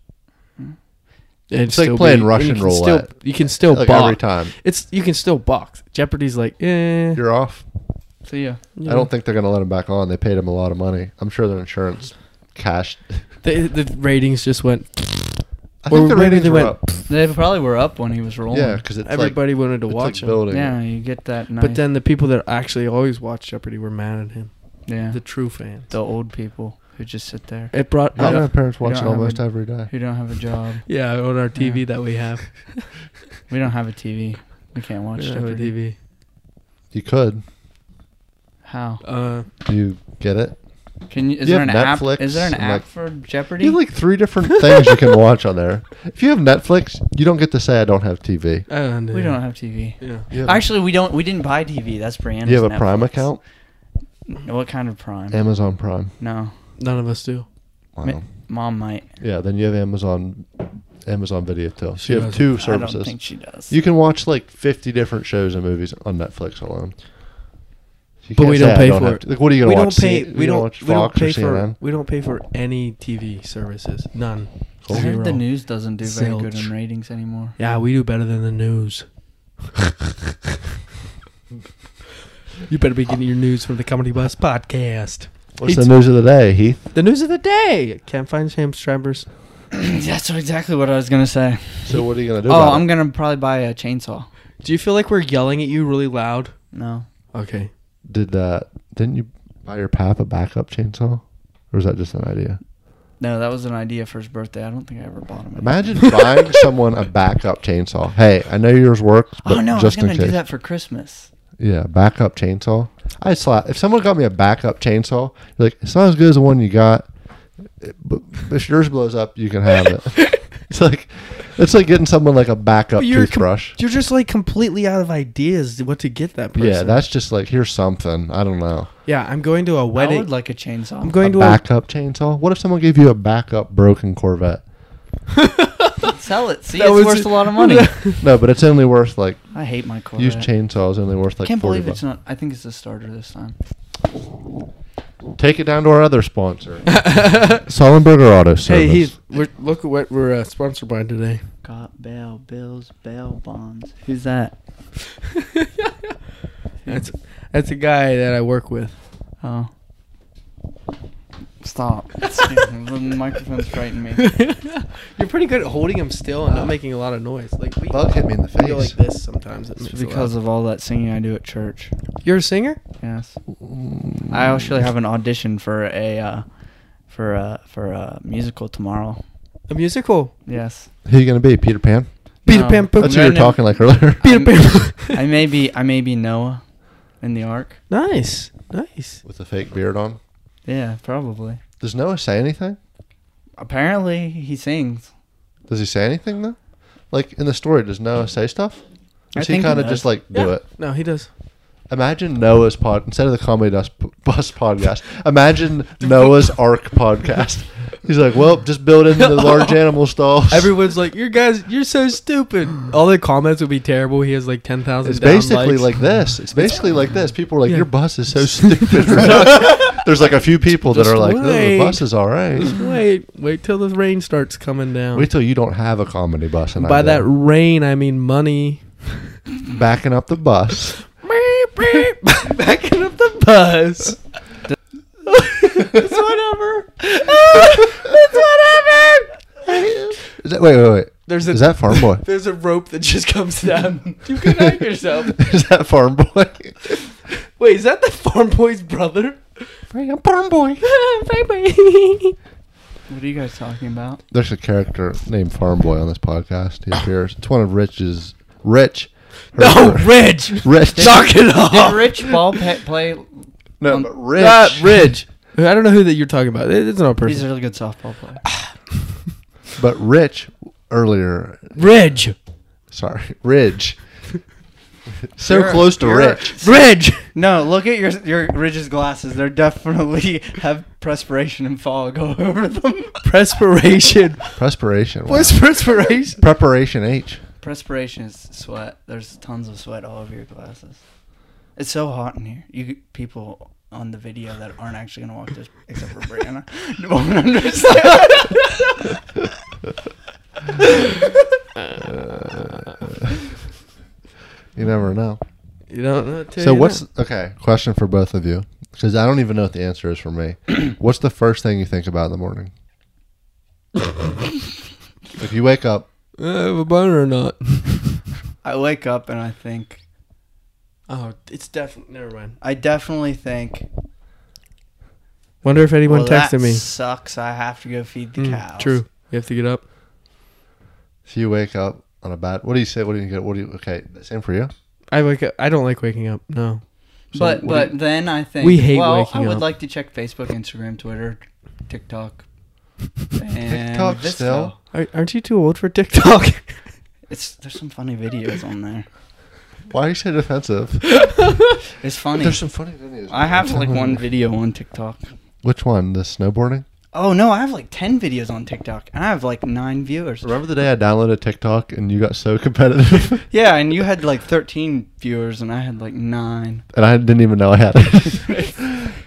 S1: And
S3: It's like
S1: still
S3: playing
S1: and
S3: Russian
S1: you can still-
S3: roulette.
S1: you can still
S3: like
S1: box.
S3: every time,
S1: It's you can still box. Jeopardy's like, eh.
S3: you're off.
S4: so yeah.
S1: you
S3: I
S1: know.
S3: don't think they're going to let him back on. They paid him a lot of money. I'm sure their insurance cashed.
S1: The, the ratings just went.
S3: I
S1: Or
S3: think the
S1: maybe
S3: ratings
S1: they
S3: were
S1: went
S3: up.
S4: They probably were up when he was rolling.
S3: Yeah, because it's
S1: Everybody wanted to
S3: like, it's
S1: watch
S3: like
S1: him.
S3: building.
S4: Yeah, you get that. Nice,
S1: But then the people that actually always watched Jeopardy were mad at him.
S4: yeah,
S1: The
S4: the,
S1: true fans.
S4: old people who just sit there
S1: It brought.
S3: Yeah,
S1: Yeah,
S3: my parents watch it
S4: don't have
S3: almost
S4: a-
S3: every day.
S4: who don't have a job.
S1: yeah on our TV that we have.
S4: We don't have a TV. We can't watch
S1: We
S4: yeah,
S1: don't have a TV.
S3: You could.
S4: How?
S1: Uh,
S3: Do you get it?
S4: Can you? Is
S3: You
S4: there an
S3: have
S4: app?
S3: Netflix
S4: Is there an
S3: and,
S4: app
S3: like-
S4: for
S3: You
S4: Jeopardy?
S3: have like three different things you can watch on there. If you have Netflix, you don't get to say I don't have TV.
S2: And,
S4: we don't have TV.
S2: Yeah.
S3: You have,
S4: Actually, we don't. We didn't buy TV. That's Brianna's.
S3: you have a
S4: Netflix.
S3: Prime account,
S4: What kind of Prime?
S3: Amazon Prime.
S4: No,
S1: None of us do.
S3: Wow.
S4: Ma- Mom might.
S3: Yeah, then you have Amazon, Amazon Video too. So you have
S1: Amazon.
S3: two
S4: I don't
S3: services.
S4: think she does.
S3: You can watch like fifty different shows and movies on Netflix alone. You
S1: But
S3: can't
S1: we
S3: say
S1: don't
S3: I
S1: pay for
S3: have
S1: it.
S3: to- Like, what are you gonna
S1: we
S3: watch?
S1: don't pay.
S3: C-
S1: we
S3: you gonna
S1: don't.
S3: watch
S1: we don't
S3: Fox or
S1: pay for.
S3: CNN?
S1: We don't pay for any TV services. None.
S4: I heard the
S1: Zero.
S4: news doesn't do very good
S1: Zilch.
S4: in ratings anymore.
S1: Yeah, we do better than the news. you better be getting your news from the Comedy Bus podcast.
S3: What's the news of the day, Heath?
S1: The news of the day. Can't find Sam Strabbers.
S4: That's exactly what I was gonna say.
S3: So what are you gonna do?
S4: Oh,
S3: about
S4: I'm
S3: it?
S4: gonna probably buy a chainsaw.
S1: Do you feel like we're yelling at you really loud?
S4: No,
S1: Okay.
S3: did uh, didn't you buy your pap a backup chainsaw, or is that just an idea?
S4: no, that was an idea for his birthday. I don't think I ever bought him. anything.
S3: Imagine buying someone a backup chainsaw. Hey, I know yours works, but
S4: Oh no, I was
S3: just
S4: gonna
S3: in case.
S4: do that for Christmas.
S3: Yeah, backup chainsaw. I slap. If someone got me a backup chainsaw, you're like it's not as good as the one you got, but if yours blows up, you can have it. it's like it's like getting someone like a backup
S1: But you're com-
S3: toothbrush.
S1: You're just like completely out of ideas what to get that person.
S3: yeah, that's just like here's something. I don't know.
S1: Yeah, I'm going to a
S4: I
S1: wedding.
S4: would like a chainsaw.
S1: I'm going
S3: a
S1: to a
S3: backup chainsaw. What if someone gave you a backup broken Corvette?
S4: Sell it. See,
S1: That
S4: it's
S1: was-
S4: worth a lot of money.
S3: No, but it's only worth like
S4: I hate my Corvette.
S3: used chainsaws. Only worth like
S4: Can't
S3: forty
S4: believe
S3: bucks.
S4: it's not. I think it's a starter this time.
S3: Take it down to our other sponsor, Sullenberger Auto Service.
S1: Hey, Heath, we're, look at what we're uh, sponsored by today.
S4: Got bail, bills, bail bonds. Who's that?
S1: That's that's a guy that I work with.
S4: Oh. Stop. the microphone's frightening me.
S1: You're pretty good at holding him still
S4: Uh,
S1: and not making a lot of noise. Like we,
S3: Bug hit me in the
S1: we go like
S3: face.
S1: this sometimes. It
S4: It's
S1: makes a
S4: because
S1: loud-
S4: of all that singing I do at church.
S1: you're a singer.
S4: Yes.
S1: Mm.
S4: I actually have an audition for a uh, for a for a musical tomorrow.
S1: A musical.
S4: Yes.
S3: Who you gonna be, Peter Pan?
S1: Peter Pan Poop.
S3: That's who you were
S4: Random-
S3: talking like earlier.
S1: Peter
S4: I'm-
S1: Pan.
S4: I may be I may be Noah in the ark.
S1: Nice, nice.
S3: with a fake beard on.
S4: Yeah, probably.
S3: Does Noah say anything?
S4: Apparently he sings.
S3: Does he say anything though? Like in the story, does Noah say stuff?
S4: I
S3: Or Does he
S4: think he
S3: kind of
S4: does.
S3: just like do
S1: Yeah.
S3: it?
S1: No, he does.
S3: Imagine Noah's pod instead of the comedy Dust bus podcast. Imagine Noah's Ark podcast. He's like, well, just build into the large animal stalls.
S1: Everyone's like, "You guys, you're so stupid." All the comments would be terrible. He has like ten thousand.
S3: It's basically like this. It's basically like this. People are like,
S1: Yeah.
S3: your bus is so stupid. right?" There's like a few people that
S1: Just
S3: are like, oh,
S1: wait.
S3: the bus is all right.
S1: wait, wait till the rain starts coming down.
S3: Wait till you don't have a comedy bus. And
S1: By
S3: I'm
S1: that rain, I mean money.
S3: backing up the bus.
S1: Backing up the bus. it's whatever. it's whatever.
S3: Is that, wait, wait, wait.
S1: There's a
S3: Is that Farm Boy?
S1: there's a rope that just comes down. you can hang yourself.
S3: Is that Farm Boy?
S1: Wait, is that the farm boy's brother?
S3: Farm Boy.
S4: What are you guys talking about?
S3: There's a character named Farm Boy on this podcast. He appears. It's one of Rich's. Rich.
S1: No,
S3: Her-
S1: Ridge.
S3: Rich.
S1: Knock it off.
S4: Did Rich Ball pe- play?
S3: No, but Rich.
S1: Not Ridge. I don't know who that you're talking about. It- It's not a
S4: He's a
S1: person.
S4: really good softball player.
S3: But Rich earlier.
S1: Ridge.
S3: Sorry, Ridge. so
S4: You're-
S3: close to
S4: you're-
S3: Rich.
S1: Ridge.
S4: No, look at your your Ridge's glasses. They definitely have perspiration and fog all over them.
S1: Perspiration.
S3: Perspiration. wow.
S1: What's perspiration?
S3: Preparation H.
S4: Perspiration is sweat. There's tons of sweat all over your glasses. It's so hot in here. You people on the video that aren't actually gonna watch this, except for Brianna, won't understand.
S3: You never know.
S1: You don't know. till
S3: So
S1: you
S3: what's
S1: know.
S3: okay? Question for both of you, because I don't even know what the answer is for me. what's the first thing you think about in the morning? if you wake up,
S1: Uh, I have a boner or not?
S4: I wake up and I think.
S1: Oh, it's definitely. Never mind.
S4: I definitely think.
S1: Wonder if anyone
S4: Well,
S1: texted
S4: that
S1: me.
S4: sucks. I have to go feed the
S1: Mm,
S4: cows.
S1: True. You have to get up.
S3: if you wake up on a bad, what do you say? What do you get? What do you? Okay, same for you.
S1: I wake up. I don't like waking up. No.
S2: what
S4: but
S2: do
S4: but then I think
S1: We hate
S4: well, I
S1: waking
S4: would
S1: up.
S4: like to check Facebook, Instagram, Twitter, TikTok, and
S3: TikTok
S4: this
S3: still?
S4: stuff.
S1: Are, aren't you too old for TikTok?
S4: It's there's some funny videos on there.
S3: Why are you so defensive?
S4: It's funny.
S3: There's some funny videos.
S4: I have like one video on TikTok.
S3: Which one? The snowboarding?
S4: Oh no, I have like ten videos on TikTok, and I have like nine viewers.
S3: Remember the day I downloaded TikTok and you got so competitive,
S4: Yeah, and you had like thirteen viewers, and I had like nine.
S3: and I didn't even know I had it.
S1: Just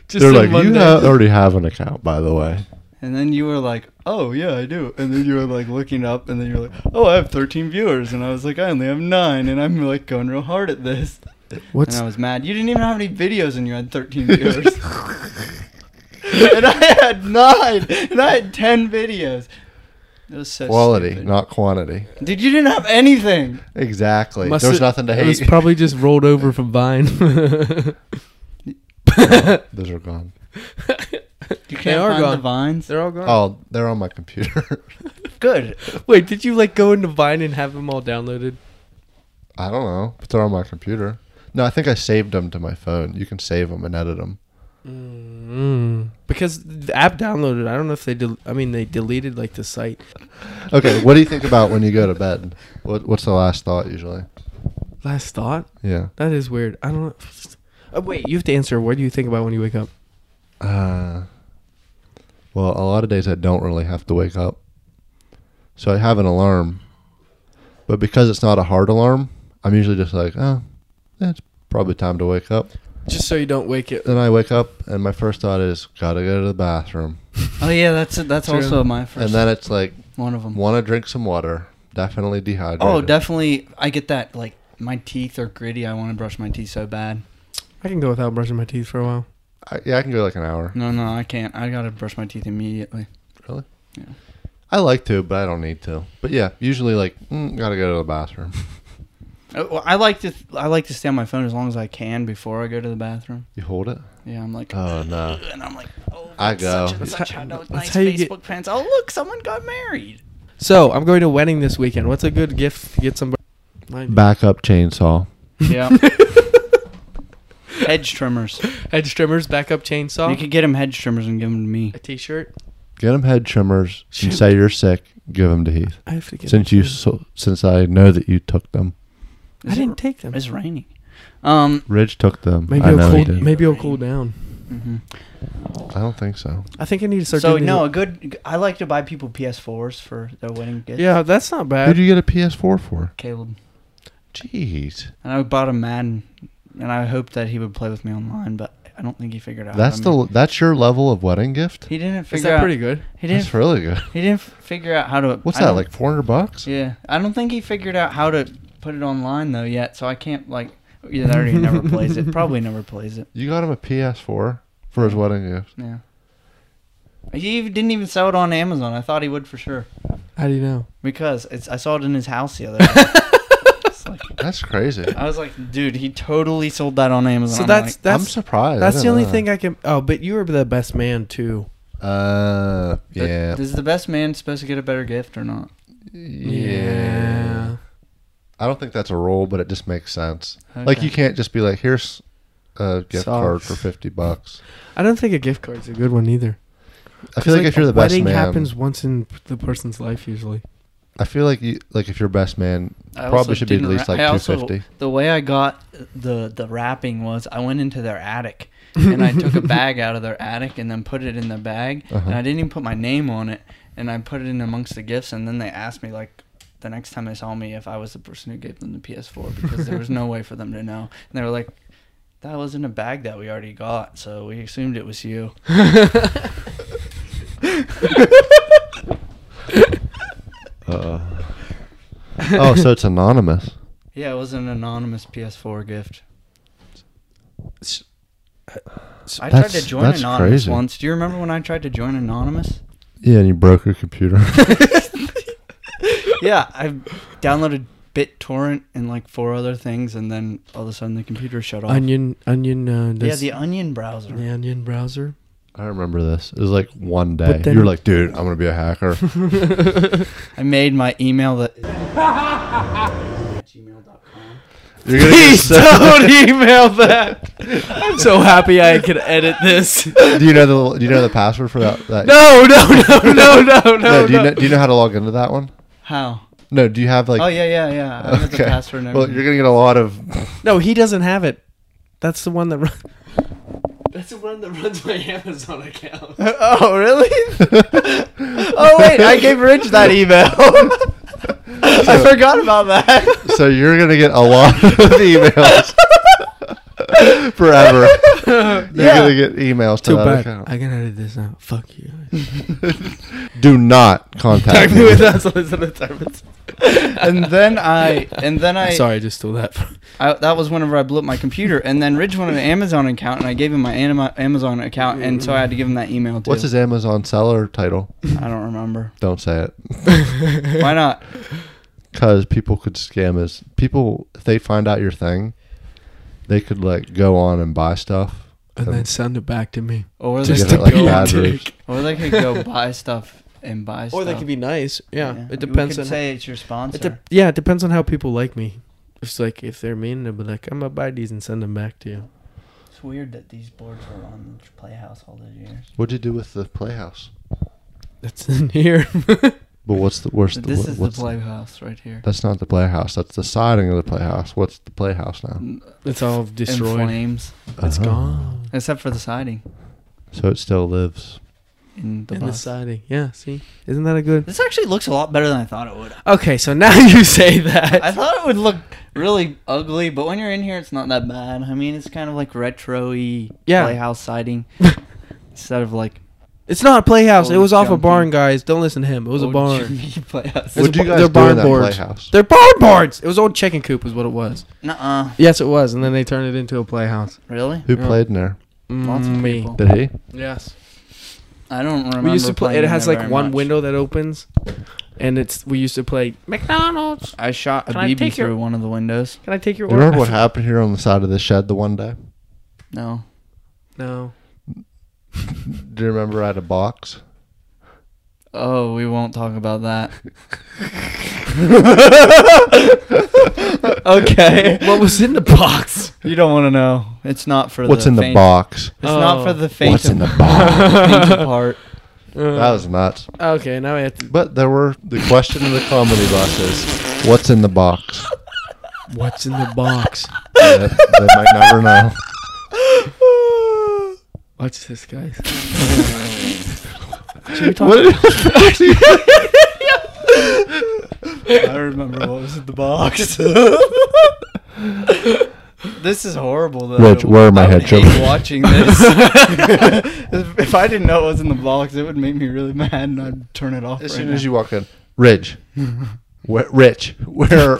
S3: They're
S1: on
S3: like, you
S1: Monday.
S3: ha- already have an account, by the way.
S4: And then you were like, "Oh yeah, I do." And then you were like looking up, and then you're like, "Oh, I have 13 viewers," and I was like, "I only have nine, and I'm like going real hard at this."
S1: What's
S4: and I was mad. You didn't even have any videos, and you had 13 viewers. and I had nine, and I had 10 videos. It was so
S3: Quality,
S4: stupid.
S3: not quantity.
S4: Dude, you didn't have anything.
S3: Exactly.
S1: Must
S3: there was
S1: it-
S3: nothing to
S1: It was
S3: hate.
S1: probably just rolled over from Vine.
S3: Those are gone.
S4: You can't
S1: are
S4: find the
S1: gone.
S4: vines.
S1: They're all gone.
S3: Oh, they're on my computer.
S4: Good.
S1: Oh. Wait, did you like go into Vine and have them all downloaded?
S3: I don't know, but they're on my computer. No, I think I saved them to my phone. You can save them and edit them.
S1: Mm. Because the app downloaded. I don't know if they. Del- I mean, they deleted like the site.
S3: Okay, what do you think about when you go to bed? What What's the last thought usually?
S1: Last thought.
S3: Yeah.
S1: That is weird. I don't. know. Oh, wait, you have to answer. What do you think about when you wake up?
S3: Uh, well, a lot of days I don't really have to wake up, so I have an alarm. But because it's not a hard alarm, I'm usually just like, oh, yeah, it's probably time to wake up.
S1: Just so you don't wake it.
S3: Then I wake up, and my first thought is, gotta go to the bathroom.
S4: Oh yeah, that's it. That's
S1: True.
S4: also my first
S3: And then it's like,
S4: one of them.
S3: want to drink some water. Definitely dehydrated.
S4: Oh, definitely. I get that. Like my teeth are gritty. I want to brush my teeth so bad.
S1: I can go without brushing my teeth for a while.
S3: I, yeah, I can go like an hour.
S4: No, no, I can't. I gotta brush my teeth immediately.
S3: I like to, but I don't need to. But yeah, usually like mm, gotta go to the bathroom.
S4: Uh, well, I like to. I like to stay on my phone as long as I can before I go to the bathroom.
S3: You hold it?
S4: Yeah, I'm like,
S3: Oh no.
S4: and I'm like, oh,
S3: I go.
S4: Such and
S1: That's
S4: such
S1: how-
S4: had those
S1: that's
S4: nice
S1: how you
S4: Facebook
S1: get-
S4: friends. Oh, look, someone got married.
S1: So I'm going to a wedding this weekend. What's a good gift to get somebody? Mine.
S3: Backup chainsaw.
S4: Yeah. hedge trimmers.
S1: Hedge trimmers, backup
S4: You
S1: chainsaw,
S4: could get him hedge trimmers and give them to me.
S1: a T-shirt.
S3: Get him head trimmers
S1: Shoot.
S3: and say you're sick. Give them to Heath.
S1: I have to get.
S3: Since you, so, since I know that you took them,
S1: I
S4: Is it-
S1: didn't take them.
S4: It's raining. Um.
S3: Ridge took them.
S1: Maybe
S3: I
S1: I'll
S3: know he
S1: cool.
S3: did.
S1: Maybe I'll cool down.
S4: mhm.
S3: I don't think so.
S1: I think I need to start.
S4: So
S1: doing
S4: no, a good. I like to buy people PS4s for their wedding
S1: the-
S4: gifts.
S1: Yeah, that's not
S3: Who'd
S1: bad.
S3: you get a PS4 for?
S4: Caleb.
S3: Jeez,
S4: And I bought him Madden, and I hoped that he would play with me online, but I don't think he figured out. how
S3: that's
S4: to
S3: the
S4: make-
S3: that's your level of wedding gift.
S4: He didn't
S1: Is
S4: figure
S1: that
S4: out.
S1: pretty good?
S4: he didn't.
S3: That's really good.
S4: He didn't f- figure out how to.
S3: What's
S4: I
S3: that
S4: don't-
S3: like? Four hundred bucks?
S4: Yeah, I don't think he figured out how to put it online though yet. So I can't like. Either that or he never plays it. Probably never plays it.
S3: You got him a PS4 for his wedding gift.
S4: Yeah. He even, didn't even sell it on Amazon. I thought he would for sure
S1: How do you know?
S4: because it's. I saw it in his house the other day. It's like-
S3: That's crazy.
S4: I was like, dude, he totally sold that on Amazon.
S1: So
S4: I'm
S1: that's
S4: like,
S3: I'm
S1: that's
S3: surprised. I
S1: that's the
S3: didn't
S1: only
S3: know
S1: thing I can. Oh, but you were the best man too.
S3: that. Uh,
S4: "Th-
S3: yeah.
S4: Is the best man supposed to get a better gift or not?
S3: Yeah. I don't think that's a rule, but it just makes sense. Like
S4: Okay.
S3: you can't just be like, here's a gift
S1: Socks.
S3: card for fifty bucks.
S1: I don't think a gift card's a good one either.
S3: I feel like, if you're the best
S1: wedding
S3: man,
S1: happens once in p- the person's life usually.
S3: I feel like you like if you're best man,
S4: I also
S3: probably should be at
S4: didn't
S3: least
S4: ra-
S3: like
S4: I
S3: two
S4: also-
S3: fifty.
S4: The way I got the the wrapping was I went into their attic and I took a bag out of their attic and then put it in the bag
S3: Uh-huh.
S4: and I didn't even put my name on it and I put it in amongst the gifts and then they asked me like the next time they saw me if I was the person who gave them the PS4 because there was no way for them to know and they were like that was in a bag that we already got so we assumed it was you.
S3: oh, so it's anonymous.
S4: Yeah, it was an anonymous PS4 gift. I tried to
S3: uh, That's-
S4: join
S3: that's
S4: Anonymous
S3: crazy.
S4: once. Do you remember when I tried to join Anonymous?
S3: Yeah, and you broke your computer.
S4: yeah, I downloaded BitTorrent and like four other things, and then all of a sudden the computer shut off.
S1: Onion, onion. Uh,
S4: yeah,
S1: this,
S4: the Onion browser.
S1: the onion browser.
S3: I remember this. It was like one day.
S1: then-
S3: you were like, dude, I'm gonna be a hacker.
S4: I made my email that.
S5: gmail.com.
S3: You're gonna get
S5: Please
S3: sent,
S5: don't email that. I'm so happy I could edit this.
S3: do you know the Do you know the password for that? that
S5: No, no, no, no, no, no.
S3: do you
S5: no.
S3: know Do you know how to log into that one?
S4: How?
S3: No. Do you have like?
S4: oh yeah, yeah, yeah. I know the password. And
S3: well,
S4: everything.
S3: you're gonna get a lot of.
S1: No, he doesn't have it. That's the one that runs.
S5: That's the one that runs my Amazon account.
S4: oh really?
S3: oh
S4: Oh wait, I gave Rich that email. I forgot about that.
S3: So you're gonna get a lot of emails forever. You're
S4: Yeah.
S3: gonna get emails to
S1: Too
S3: that
S1: bad.
S3: account.
S1: I can edit this out. Fuck you.
S3: Do not contact me.
S4: and then I, and then I,
S1: Sorry, I just stole that.
S4: I, that was whenever I blew up my computer. And then Rich wanted an Amazon account, and I gave him my anima- Amazon account, and so I had to give him that email too.
S3: What's his Amazon seller title?
S4: I don't remember.
S3: Don't say it,
S4: Why not?
S3: because people could scam us. People, if they find out your thing, they could like go on and buy stuff.
S1: and then send it back to me.
S4: Or they,
S3: Just
S1: Just
S3: give it
S1: to be
S3: like
S4: could go,
S1: a
S3: bad
S1: dick.
S3: reviews.
S4: or they could go buy stuff and buy stuff.
S1: Or they could be nice. Yeah, it
S4: You
S1: depends
S4: could
S1: on.
S4: say it's your sponsor.
S1: it de- yeah, it depends on how people like me. It's like if they're mean, they'll be like, "I'm gonna buy these and send them back to you."
S4: it's weird that these boards were on the Playhouse all those years.
S3: What'd you do with the playhouse?
S1: That's in here.
S3: But what's the worst?
S4: this is the
S3: what's
S4: Playhouse right here.
S3: That's not the playhouse. That's the siding of the playhouse. What's the playhouse now?
S1: It's all
S4: In
S1: destroyed.
S4: flames,
S1: It's
S3: Oh.
S1: gone.
S4: except for the siding
S3: So it still lives.
S4: in the
S1: in the
S4: bus.
S1: siding. Yeah. See, isn't that a good?
S4: This actually looks a lot better than I thought it would.
S1: Okay, so now you say that.
S4: I thought it would look really ugly, but when you're in here, it's not that bad. I mean, it's kind of like retro-y
S1: Yeah.
S4: playhouse siding instead of like
S1: It's not a playhouse. it
S4: Old
S1: was off a
S4: junkie.
S1: barn, guys. Don't listen to him. It was a
S4: old
S1: barn.
S4: Jimmy
S1: It's
S4: playhouse.
S3: What'd
S1: a
S3: you
S1: bar-
S3: guys
S1: they're
S3: do
S1: barn
S3: in that
S1: boards.
S3: playhouse?
S1: They're barn boards. It was old chicken coop, is what it was.
S4: Nuh-uh.
S1: Yes, it was, and then they turned it into a playhouse.
S4: Really?
S3: Who
S1: Yeah.
S3: played in there?
S4: Lots of
S1: Mm,
S4: people.
S3: Did he?
S1: Yes.
S4: I don't remember.
S1: we used to play.
S4: playing
S1: It
S4: in
S1: has
S4: there
S1: like
S4: very
S1: one
S4: much.
S1: window that opens, and it's we used to play McDonald's.
S4: I shot a
S1: Can I
S4: BB
S1: take your-
S4: through one of the windows.
S1: Can I take your
S3: You
S1: order?
S3: remember what happened here on the side of the shed the one day?
S4: No.
S1: No.
S3: Do you remember I had a box?
S4: Oh, we won't talk about that. okay.
S1: what was in the box?
S4: You don't want to know. It's not for
S3: What's
S4: the
S3: in the
S4: faint-
S3: box?
S4: It's not
S1: Oh.
S4: for the faint.
S3: What's in the
S1: box?
S4: faint of heart.
S3: That was nuts.
S1: okay. Now we have to.
S3: But there were the question of the comedy bus is, what's in the box?
S1: What's in the box?
S3: And They, they might never know.
S1: Watch this, guys.
S4: I remember what was in the box. this is horrible, though.
S3: Rich, where are my
S4: I would
S3: headshot-
S4: hate watching this. if, if I didn't know it was in the box, it would make me really mad, and I'd turn it off.
S3: As
S4: right
S3: soon
S4: now.
S3: as you walk in, Ridge. Where, Rich, where?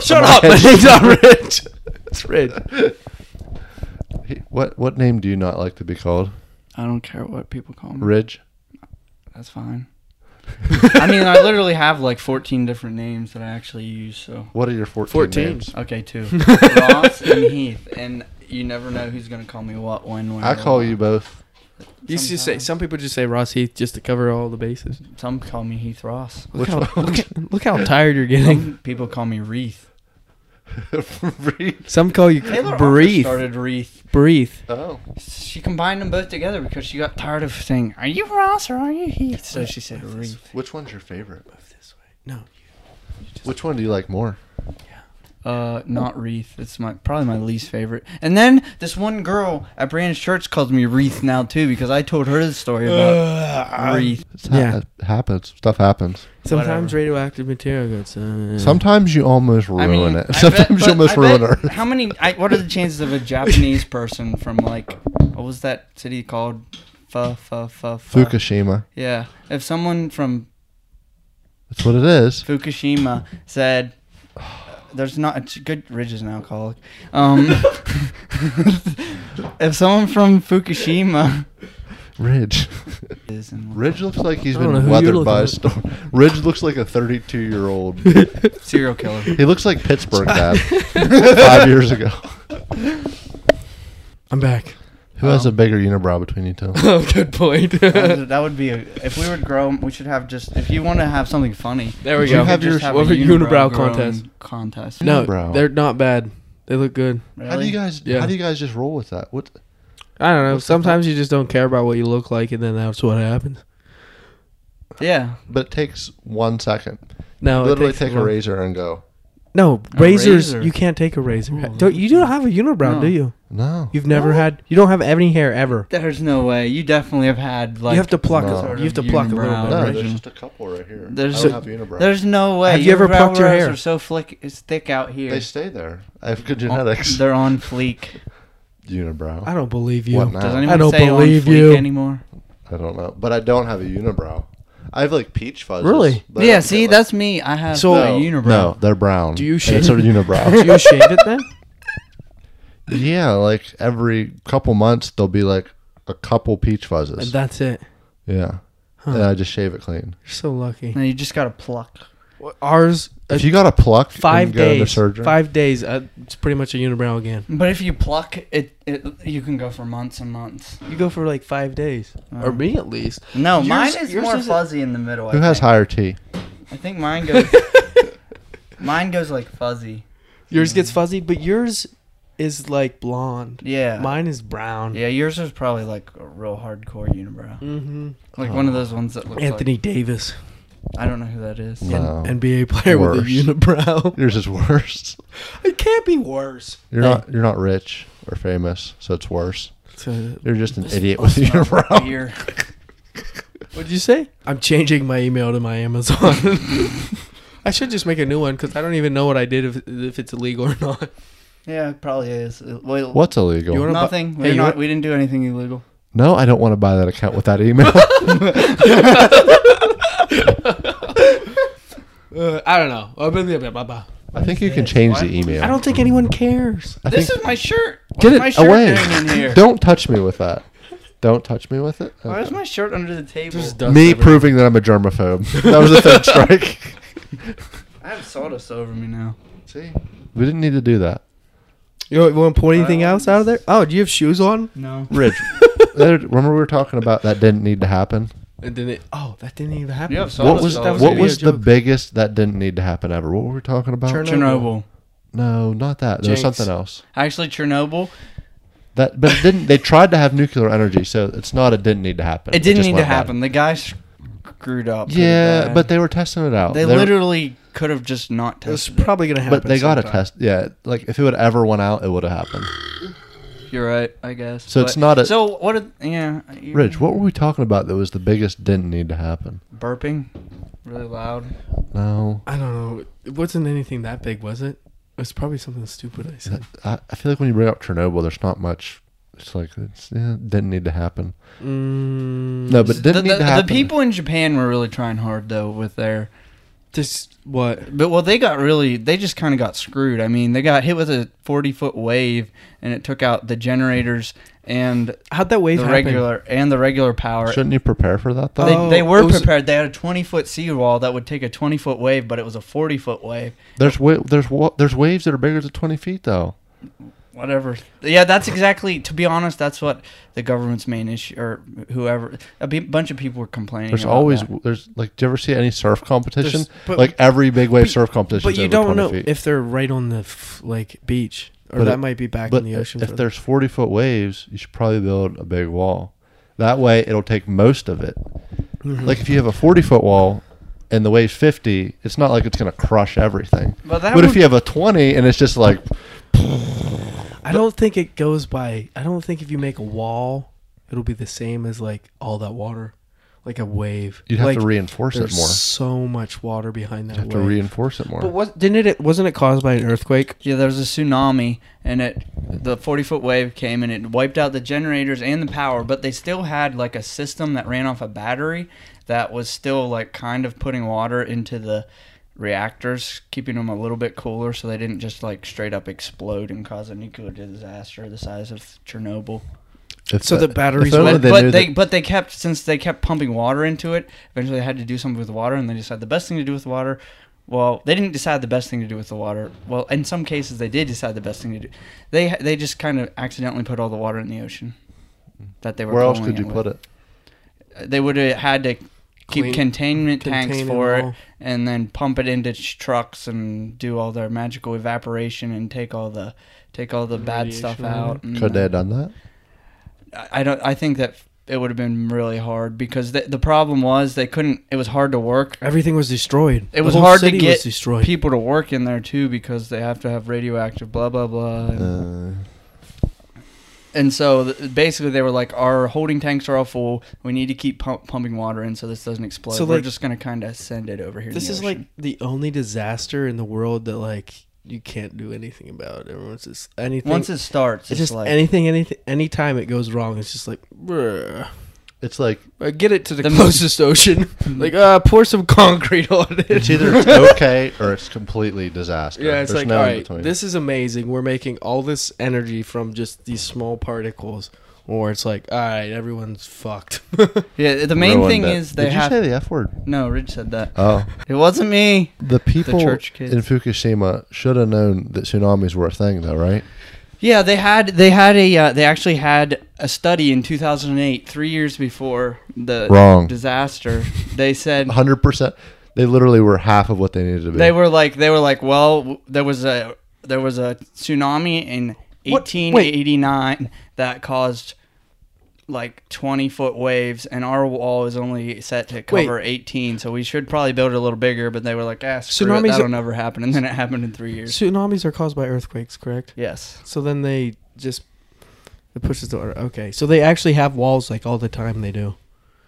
S1: Shut
S3: are my
S1: up. My
S3: headshot-
S1: name's not Rich. It's Rich.
S3: He- What what name do you not like to be called?
S4: I don't care what people call me.
S3: Ridge.
S4: That's fine. I mean, I literally have like 14 different names that I actually use. So
S3: What are your fourteen,
S1: 14.
S3: names?
S4: okay, two Ross and Heath, and you never know who's gonna call me what, when, where.
S3: I call you both.
S1: You just say
S4: Sometimes.
S1: some people just say Ross Heath just to cover all the bases.
S4: Some call me Heath Ross.
S1: Look
S3: Which
S1: how,
S3: one?
S1: look, at- look how tired you're getting.
S4: Some people call me Wreath.
S3: Reed.
S1: Some call you
S4: Taylor
S1: breathe,
S4: started Wreath.
S1: breathe.
S3: Oh.
S4: She combined them both together because she got tired of saying, "Are you Ross or are you Heath?" So she said Wreath.
S3: Which one's your favorite?
S1: This way. No,
S3: Which one do you like more?
S4: Uh, not Wreath. It's my probably my least favorite. And then this one girl at Brandon's church calls me Wreath now too because I told her the story about Wreath.
S3: It's ha-
S1: Yeah.
S3: It happens. Stuff happens.
S1: Sometimes radioactive material goes. Uh,
S3: Sometimes you almost ruin it. Sometimes you
S4: but
S3: almost
S4: I
S3: ruin
S4: bet-
S3: Earth.
S4: How many? I, what are the chances of a Japanese person from like what was that city called? Fu fu fu fu.
S3: Fukushima.
S4: Yeah, if someone from
S3: That's what it is.
S4: Fukushima said, "There's not it's good. Ridge is an alcoholic." Um, if someone from Fukushima
S3: Ridge.
S4: is in
S3: Ridge looks like he's
S1: I don't know who
S3: been
S1: you're
S3: weathered
S1: looking
S3: by a
S1: at.
S3: storm. Ridge looks like a 32 year old.
S4: serial killer,
S3: he looks like Pittsburgh dad five years ago.
S1: I'm back.
S3: Who has a bigger unibrow between you two?
S5: Oh, good point.
S4: that would- that would be a, if we would grow. 'em, We should have just if you want to have something funny.
S5: there we
S4: you
S5: go.
S4: could
S5: Have
S4: just
S5: your,
S4: have
S5: what
S4: a
S5: about unibrow
S4: growing
S5: contest?
S4: Contest.
S5: No,
S3: Unibrow.
S5: they're not bad. They look good.
S4: really?
S3: How do you guys?
S5: Yeah.
S3: How do you guys just roll with that? What?
S1: I don't know.
S3: What's the
S1: Sometimes you just don't care about what you look like, and then that's what happens.
S4: Yeah.
S3: But it takes one second.
S1: No, Oh, it
S3: Literally
S1: takes
S3: take a
S1: long-
S3: razor and go.
S1: No,
S4: A
S1: razors.
S4: razor.
S1: You can't take a razor.
S4: Ooh.
S1: Don't you don't have a unibrow,
S4: No.
S1: do you?
S3: No.
S1: You've never had. You don't have any hair ever.
S4: There's no way. You definitely have had like.
S1: you have to pluck.
S3: No.
S1: a-
S4: sort
S1: You have to
S4: of
S1: pluck a little
S4: unibrow
S1: bit.
S3: no,
S1: right?
S4: razor.
S3: there's just a couple right here.
S4: There's-
S3: I don't have unibrow.
S4: There's no way.
S1: Have you ever plucked your
S4: eyebrows
S1: hair?
S4: Are so flick. It's thick out here.
S3: They stay there. I have good
S4: Oh,
S3: genetics.
S4: They're on fleek.
S3: unibrow.
S1: I don't believe you.
S3: What now?
S4: Does
S3: I
S4: anyone
S1: don't
S4: say
S1: believe
S4: on fleek
S1: you.
S4: anymore?
S3: I don't know, but I don't have a unibrow. I have like peach fuzz.
S1: Really?
S4: yeah. See, that's me. I have
S1: So-
S4: a
S1: No,
S4: unibrow.
S3: No, they're brown.
S1: Do you
S3: And
S1: shave-
S3: It's a
S1: Do
S3: unibrow.
S1: you shave it then?
S3: yeah, like every couple months there'll be like a couple peach fuzzes.
S1: That's it.
S3: yeah,
S1: Huh.
S3: and I just shave it clean.
S1: You're so lucky.
S4: No, you just gotta pluck.
S1: Ours. uh,
S3: If you got a pluck, and
S1: five
S3: go into
S1: days.
S3: surgery.
S1: Five days. Uh, it's pretty much a unibrow again.
S4: But if you pluck it, it you can go for months and months.
S1: You go for like five days,
S4: Oh.
S1: or me at least.
S4: No,
S1: Yours-
S4: mine is
S1: yours
S4: more
S1: isn't-
S4: fuzzy in the middle. I
S3: Who has
S4: think.
S3: higher T?
S4: I think mine goes. mine goes like fuzzy.
S1: Yours gets fuzzy, but yours is like blonde.
S4: Yeah.
S1: Mine is brown.
S4: Yeah, yours is probably like a real hardcore unibrow,
S1: Mm-hmm.
S4: like one of those ones that looks
S1: Anthony Davis,
S4: like. I don't know who that is.
S3: No,
S1: NBA player with a
S3: Worse.
S1: unibrow.
S3: yours is worse.
S1: it can't be worse.
S3: You're
S4: Hey.
S3: not. You're not rich or famous, so it's worse.
S1: So,
S3: You're just an
S4: This
S3: idiot with a
S4: must not work
S3: unibrow.
S4: here.
S1: what'd you say? I'm changing my email to my Amazon. I should just make a new one because I don't even know what I did if, if it's illegal or not.
S4: Yeah, it probably is. It- Well,
S3: What's illegal?
S1: You wanna-
S4: Nothing.
S1: Hey,
S4: We're
S1: you
S4: not.
S1: want-
S4: We didn't do anything illegal.
S3: no, I don't want to buy that account with that email.
S1: Uh, I don't know. I
S3: I think you can change
S4: What?
S3: the email.
S1: don't think anyone cares.
S3: I
S4: This
S3: think-
S4: is my shirt.
S3: Get
S4: my
S3: it
S4: shirt
S3: away.
S4: doing in here?
S3: Don't touch me with that. Don't touch me with it.
S4: Why is
S3: Okay.
S4: my shirt under the table?
S1: There's dust
S3: Me
S1: everywhere.
S3: proving that I'm a germaphobe. That was the third strike.
S4: I have sawdust over me now.
S3: See, we didn't need to do that.
S1: You want to point anything else out of there? Oh, do you have shoes on?
S4: No.
S3: Rich, there- remember we were talking about that didn't need to happen.
S1: And then it. Oh, that didn't even happen.
S4: You have sawdust.
S3: What was
S1: that was
S3: what
S1: gonna be
S3: was
S1: a
S3: the
S1: joke.
S3: biggest that didn't need to happen ever? What were we talking about?
S1: Chernobyl.
S4: Chernobyl?
S3: No, not that. There was
S1: Jinx.
S3: something else.
S4: Actually, Chernobyl.
S3: That, but it didn't. They tried to have nuclear energy, so it's not. It didn't need to happen.
S4: It didn't
S3: just
S4: need to
S3: went bad.
S4: happen. The guy screwed up. pretty
S3: Yeah,
S4: bad.
S3: but they were testing it out.
S4: they
S3: They were-
S4: literally could have just not
S1: It was
S4: tested.
S1: probably gonna happen.
S3: But they got a
S1: sometime.
S3: test. Yeah, like if it would ever went out, it would have happened.
S4: it. You're right, I guess.
S3: So it's not a-
S4: So what? Are, yeah. you-
S3: Rich, what were we talking about that was the biggest didn't need to happen?
S4: burping really loud.
S3: No.
S1: I don't know. It wasn't anything that big, was it? It was probably something stupid I said.
S3: I, I feel like when you bring up Chernobyl, there's not much. It's like, it's, yeah, it didn't need to happen.
S1: Mm,
S3: No, but it
S4: the,
S3: didn't
S4: the-
S3: need to
S4: the
S3: happen.
S4: people in Japan were really trying hard though with their.
S1: this what?
S4: But well, they got really. They just kind of got screwed. I mean, they got hit with a forty foot wave, and it took out the generators and
S1: How'd that wave
S4: the
S1: happen?
S4: regular and the regular power.
S3: Shouldn't you prepare for that, though?
S4: They,
S1: Oh,
S4: they were
S1: it was-
S4: prepared. They had a 20 foot seawall that would take a 20 foot wave, but it was a 40 foot wave.
S3: There's wa- there's wa- there's waves that are bigger than 20 feet, though.
S4: Whatever. Yeah, that's exactly, to be honest, that's what the government's main issue, or whoever, a b- bunch of people were complaining.
S3: There's
S4: about
S3: always,
S4: that.
S3: there's like, do you ever see any surf competition?
S1: There's- but-
S3: like every big wave
S1: but-
S3: surf competition
S1: But
S3: is
S1: you
S3: over
S1: don't
S3: 20
S1: know
S3: feet.
S1: if they're right on the f- like beach, or
S3: But
S1: that
S3: it-
S1: might be back
S3: but
S1: in the ocean.
S3: if
S1: for-
S3: there's 40 foot waves, you should probably build a big wall. That way, it'll take most of it.
S1: Mhm.
S3: Like if you have a 40 foot wall and the wave's 50, it's not like it's going to crush everything.
S4: But that
S3: but if
S4: would-
S3: you have a 20 and it's just like,
S1: I don't think it goes by. I don't think if you make a wall, it'll be the same as like all that water, like a wave.
S3: you'd have
S1: like,
S3: to reinforce it
S1: There's
S3: more.
S1: so much water behind that
S3: You'd have to
S1: wave.
S3: reinforce it more.
S1: but was didn't it? Wasn't it caused by an earthquake?
S4: Yeah, there was a tsunami, and it the 40 foot wave came and it wiped out the generators and the power, but they still had like a system that ran off a battery that was still like kind of putting water into the reactors, keeping them a little bit cooler so they didn't just like straight up explode and cause a nuclear disaster the size of Chernobyl.
S3: If
S1: So
S3: that-
S1: the batteries
S3: if only
S1: went-
S4: But
S3: they
S4: but
S3: knew
S4: they
S3: that-
S4: but they kept since they kept pumping water into it, eventually they had to do something with the water and they decided the best thing to do with the water well, they didn't decide the best thing to do with the water. Well, in some cases they did decide the best thing to do. They they just kind of accidentally put all the water in the ocean. that they were.
S3: Where else
S4: cooling
S3: could you
S4: it
S3: put
S4: with.
S3: it?
S4: They would have had to keep
S1: Clean-
S4: containment tanks
S1: Contain
S4: for it,
S1: all.
S4: and then pump it into ch- trucks and do all their magical evaporation and take all the take all the bad stuff
S1: Radiation out.
S4: out. and-
S3: Could they have done that?
S4: I I don't. I think that it would have been really hard because the, the problem was they couldn't. It was hard to work.
S1: Everything was destroyed.
S4: It was hard to get
S1: destroyed.
S4: People to work in there too because they have to have radioactive blah blah blah. And,
S3: Uh,
S4: and so th- basically they were like, our holding tanks are all full. We need to keep pump- pumping water in so this doesn't explode.
S1: So,
S4: we're
S1: like,
S4: just gonna kind of send it over here. in
S1: this
S4: the
S1: is
S4: ocean."
S1: like the only disaster in the world that like you can't do anything about. Everyone's just anything.
S4: once it starts,
S1: it's
S4: it's,
S1: just
S4: like
S1: anything, anything, anytime it goes wrong, it's just like, bruh.
S3: it's like
S1: Uh, Get it to the,
S4: The mo-
S1: closest ocean. like, uh, pour some concrete on it.
S3: it's either it's okay or it's completely disaster.
S1: Yeah, it's
S3: There's
S1: like,
S3: no
S1: all
S3: in
S1: right,
S3: between.
S1: this is amazing. We're making all this energy from just these small particles. Or it's like, all right, everyone's fucked.
S4: yeah. The main
S3: Ruined
S4: thing
S3: it.
S4: is they
S3: Did
S4: have.
S3: you say the f word?
S4: no, Ridge said that.
S3: Oh,
S4: It wasn't me.
S3: the people
S4: church kids.
S3: in Fukushima should have known that tsunamis were a thing, though, right?
S4: Yeah, they had they had a uh, they actually had a study in 2008, three years before the
S3: Wrong.
S4: disaster. They said
S3: Hundred percent. They literally were half of what they needed to be.
S4: they were like they were like, well, w- there was a there was a tsunami in
S1: What?
S4: 1889 that caused like 20 foot waves, and our wall is only set to cover 18, so we should probably build it a little bigger. But they were like, ah, screw it,
S1: Tsunamis are-
S4: that'll never happen, and then it happened in three years.
S1: Tsunamis are caused by earthquakes, correct?
S4: Yes.
S1: So then they just it pushes the water. Okay, so they actually have walls like all the time. They do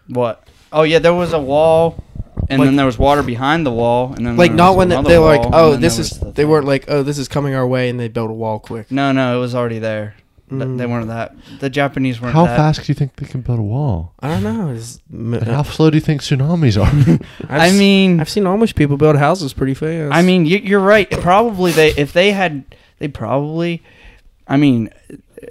S4: What? Oh yeah, there was a wall, and
S1: Like-
S4: then there was water behind the wall, and then
S1: like
S4: there
S1: not
S4: was
S1: when they,
S4: Mm, another
S1: they were like,
S4: wall, and
S1: oh,
S4: then
S1: this
S4: there
S1: is.
S4: was the
S1: they
S4: thing.
S1: weren't like, oh, this is coming our way, and they built a wall quick.
S4: No, no, it was already there. Th-
S1: Mm.
S4: They weren't that. The Japanese weren't
S3: How
S4: that.
S3: fast do you think they can build a wall?
S1: I don't know. It's, uh,
S3: And how slow do you think tsunamis are?
S1: I've
S4: I
S1: s-
S4: mean,
S1: I've seen Amish people build houses pretty fast.
S4: I mean, you, you're right. Probably they, if they had, they probably, I mean,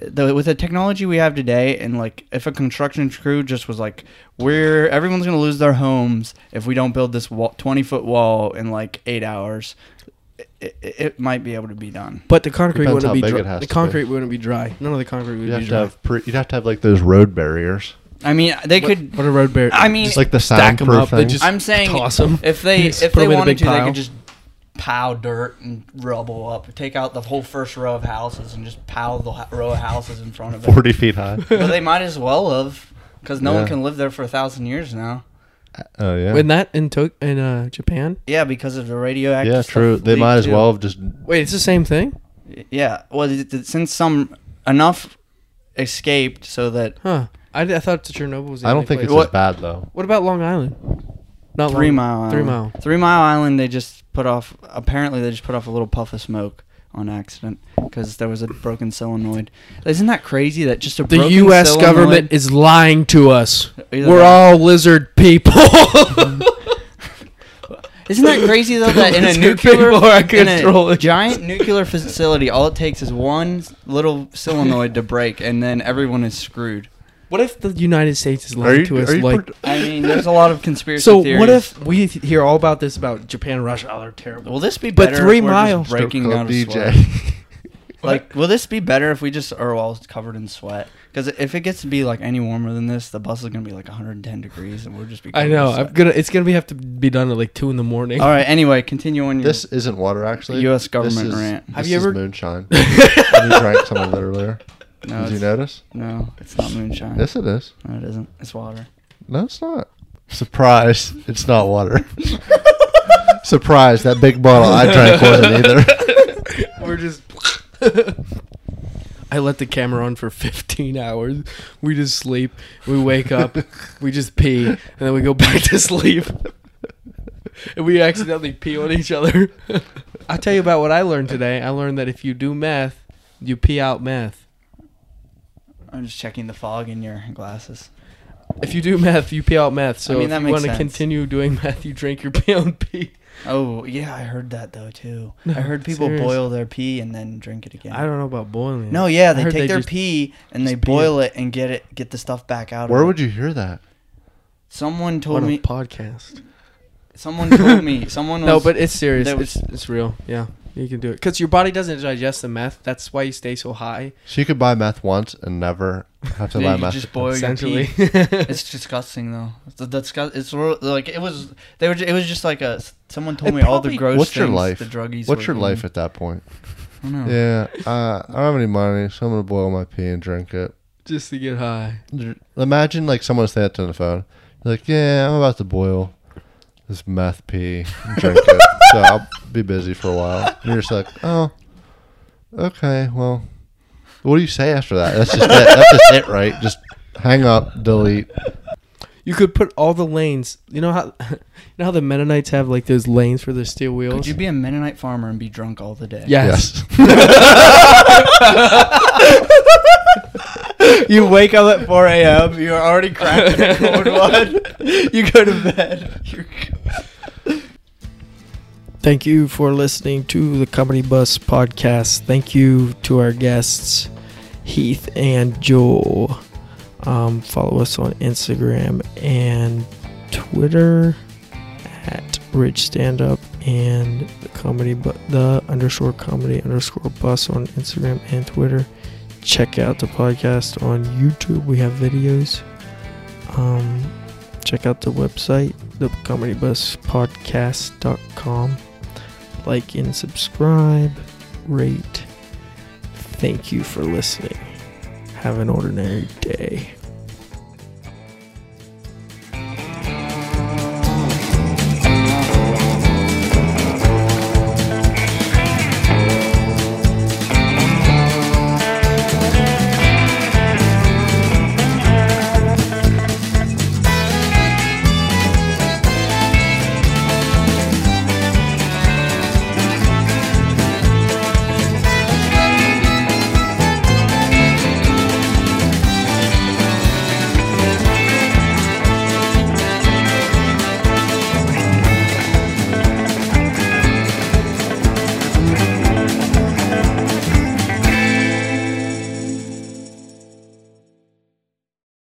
S4: the, with the technology we have today, and like if a construction crew just was like, we're everyone's gonna lose their homes if we don't build this wall, twenty foot wall in like eight hours, it, it, it might be able to be done.
S1: but the concrete
S3: Depends
S1: wouldn't
S3: how
S1: be
S3: big
S1: dry.
S3: it has
S1: The
S3: to be.
S1: concrete wouldn't be dry. None of the concrete would
S3: you'd
S1: be
S3: have to
S1: dry.
S3: have pre- you'd have to have like those road barriers,
S4: I mean, they could.
S1: What a road barrier!
S4: I mean,
S3: just like the
S1: stack them up.
S3: soundproof
S1: They
S3: things.
S1: just
S4: I'm saying
S1: toss them.
S4: if they
S1: Just
S4: if
S1: put
S4: they
S1: 'em in a big
S4: wanted to, they
S1: pile.
S4: could just pile dirt and rubble up, take out the whole first row of houses, and just pile the ho- row of houses in front of it.
S2: Forty feet high.
S4: but they might as well have, because no one
S3: Yeah.
S4: can live there for a thousand years now.
S3: oh yeah,
S1: When that in to- in uh, Japan,
S4: Yeah, because of the radioactive.
S3: yeah,
S4: stuff
S3: true. They
S4: leaked
S3: might as
S4: too.
S3: well have just
S1: wait, it's the same thing,
S4: Yeah, well, it- it- since some enough escaped, so that
S1: huh? I, I thought Chernobyl was. The
S3: I
S1: only
S3: don't think
S1: place.
S3: it's
S1: what,
S3: as bad though.
S1: what about Long Island? Not
S4: Three
S1: Long-
S4: Mile Island.
S1: Three Mile.
S4: Three Mile Island, they just put off. Apparently, they just put off a little puff of smoke on accident because there was a broken solenoid. Isn't that crazy? That just a
S1: The
S4: broken
S1: U.S.
S4: solenoid-
S1: government is lying to us.
S4: Either
S1: We're
S4: that-
S1: all lizard people. Mm-hmm.
S4: Isn't that crazy though? That in a
S1: Lizard
S4: nuclear,
S1: people are
S4: in a
S1: controlling-
S4: giant nuclear facility, all it takes is one s- little solenoid to break, and then everyone is screwed.
S1: what if the United States is lying to us? Like,
S3: pred-
S4: I mean, there's a lot of conspiracy
S1: so
S4: theories.
S1: what if we th- hear all about this about Japan and Russia? Oh, they're terrible.
S4: Will this be
S1: But
S4: better?
S1: Three
S4: if we're
S1: Mile-
S4: just breaking
S3: Stone
S4: out
S3: Cold
S4: of sweat. Like, will this be better if we just are all covered in sweat? Because if it gets to be like any warmer than this, the bus is gonna be like 110 degrees, and we'll just
S1: I
S4: be. covered in
S1: know.
S4: sweat.
S1: I'm gonna. It's gonna be have to be done at like two in the morning.
S4: All right. Anyway, continue on your
S3: This isn't water, actually.
S4: U.S.
S3: This
S4: government
S3: is-
S4: rant.
S1: Have
S3: this
S1: you
S3: is
S1: ever-
S3: moonshine? you drank some of it earlier.
S4: No,
S3: Did you
S4: it's,
S3: notice?
S4: no, it's not moonshine.
S3: Yes, it is.
S4: No, it isn't. It's water.
S3: No, it's not. Surprise! It's not water. Surprise! That big bottle I drank wasn't either.
S1: We're just. I let the camera on for 15 hours. We just sleep. We wake up. we just pee, and then we go back to sleep. and we accidentally pee on each other. I'll tell you about what I learned today. I learned that if you do meth, you pee out meth.
S4: I'm just checking the fog in your glasses.
S1: If you do meth, you pee out meth. So
S4: I mean,
S1: if
S4: that
S1: you
S4: makes
S1: want to
S4: sense.
S1: continue doing meth, you drink your pee on pee.
S4: Oh yeah, I heard that though too.
S1: No,
S4: I heard people
S1: serious.
S4: boil their pee and then drink it again.
S1: I don't know about boiling. it.
S4: No, yeah,
S1: I
S4: they
S1: heard
S4: take
S1: they
S4: their
S1: just-
S4: pee and they
S1: just pee
S4: boil it and get it, get the stuff back out.
S3: Where
S4: of it.
S3: would you hear that?
S4: Someone told
S1: on a
S4: me.
S1: podcast.
S4: Someone told me. Someone was,
S1: No, but it's serious.
S4: that
S1: it's, it's real. Yeah. You can do it because your body doesn't digest the meth. That's why you stay so high.
S3: So you could buy meth once and never have to
S4: Dude,
S3: buy
S4: you
S3: meth.
S4: just boil your
S1: essentially,
S4: pee. It's disgusting though. It's the disgust. It's real- like it was. They were. ju- It was just like a. Someone told
S1: It
S4: me all the
S1: probably-
S4: gross
S3: What's your
S4: things
S3: life?
S4: the druggies.
S3: What's
S4: were
S3: your life
S4: doing.
S3: at that point?
S4: I don't know.
S3: Yeah, uh, I don't have any money, so I'm gonna boil my pee and drink it.
S1: just to get high.
S3: Imagine like someone said that to the phone, You're like, yeah, I'm about to boil this meth pee, and drink it, so I'll be busy for a while. And you're just like, oh, okay, well, what do you say after that? That's just it. That's just it, right? Just hang up, delete.
S1: You could put all the lanes. You know how, you know how the Mennonites have like those lanes for their steel wheels.
S4: Could you be a Mennonite farmer and be drunk all the day?
S1: Yes. you wake up at 4 a.m. You're already
S4: cracked a cold one.
S1: You go to bed. Thank you for listening to the Comedy Bus podcast. Thank you to our guests, Heath and Joel. Um, follow us on Instagram and Twitter at Rich Stand Up and the comedy, but the underscore comedy underscore bus on Instagram and Twitter. Check out the podcast on YouTube. We have videos. Um, check out the website, thecomedybuspodcast.com. Like and subscribe, rate. Thank you for listening. Have an ordinary day.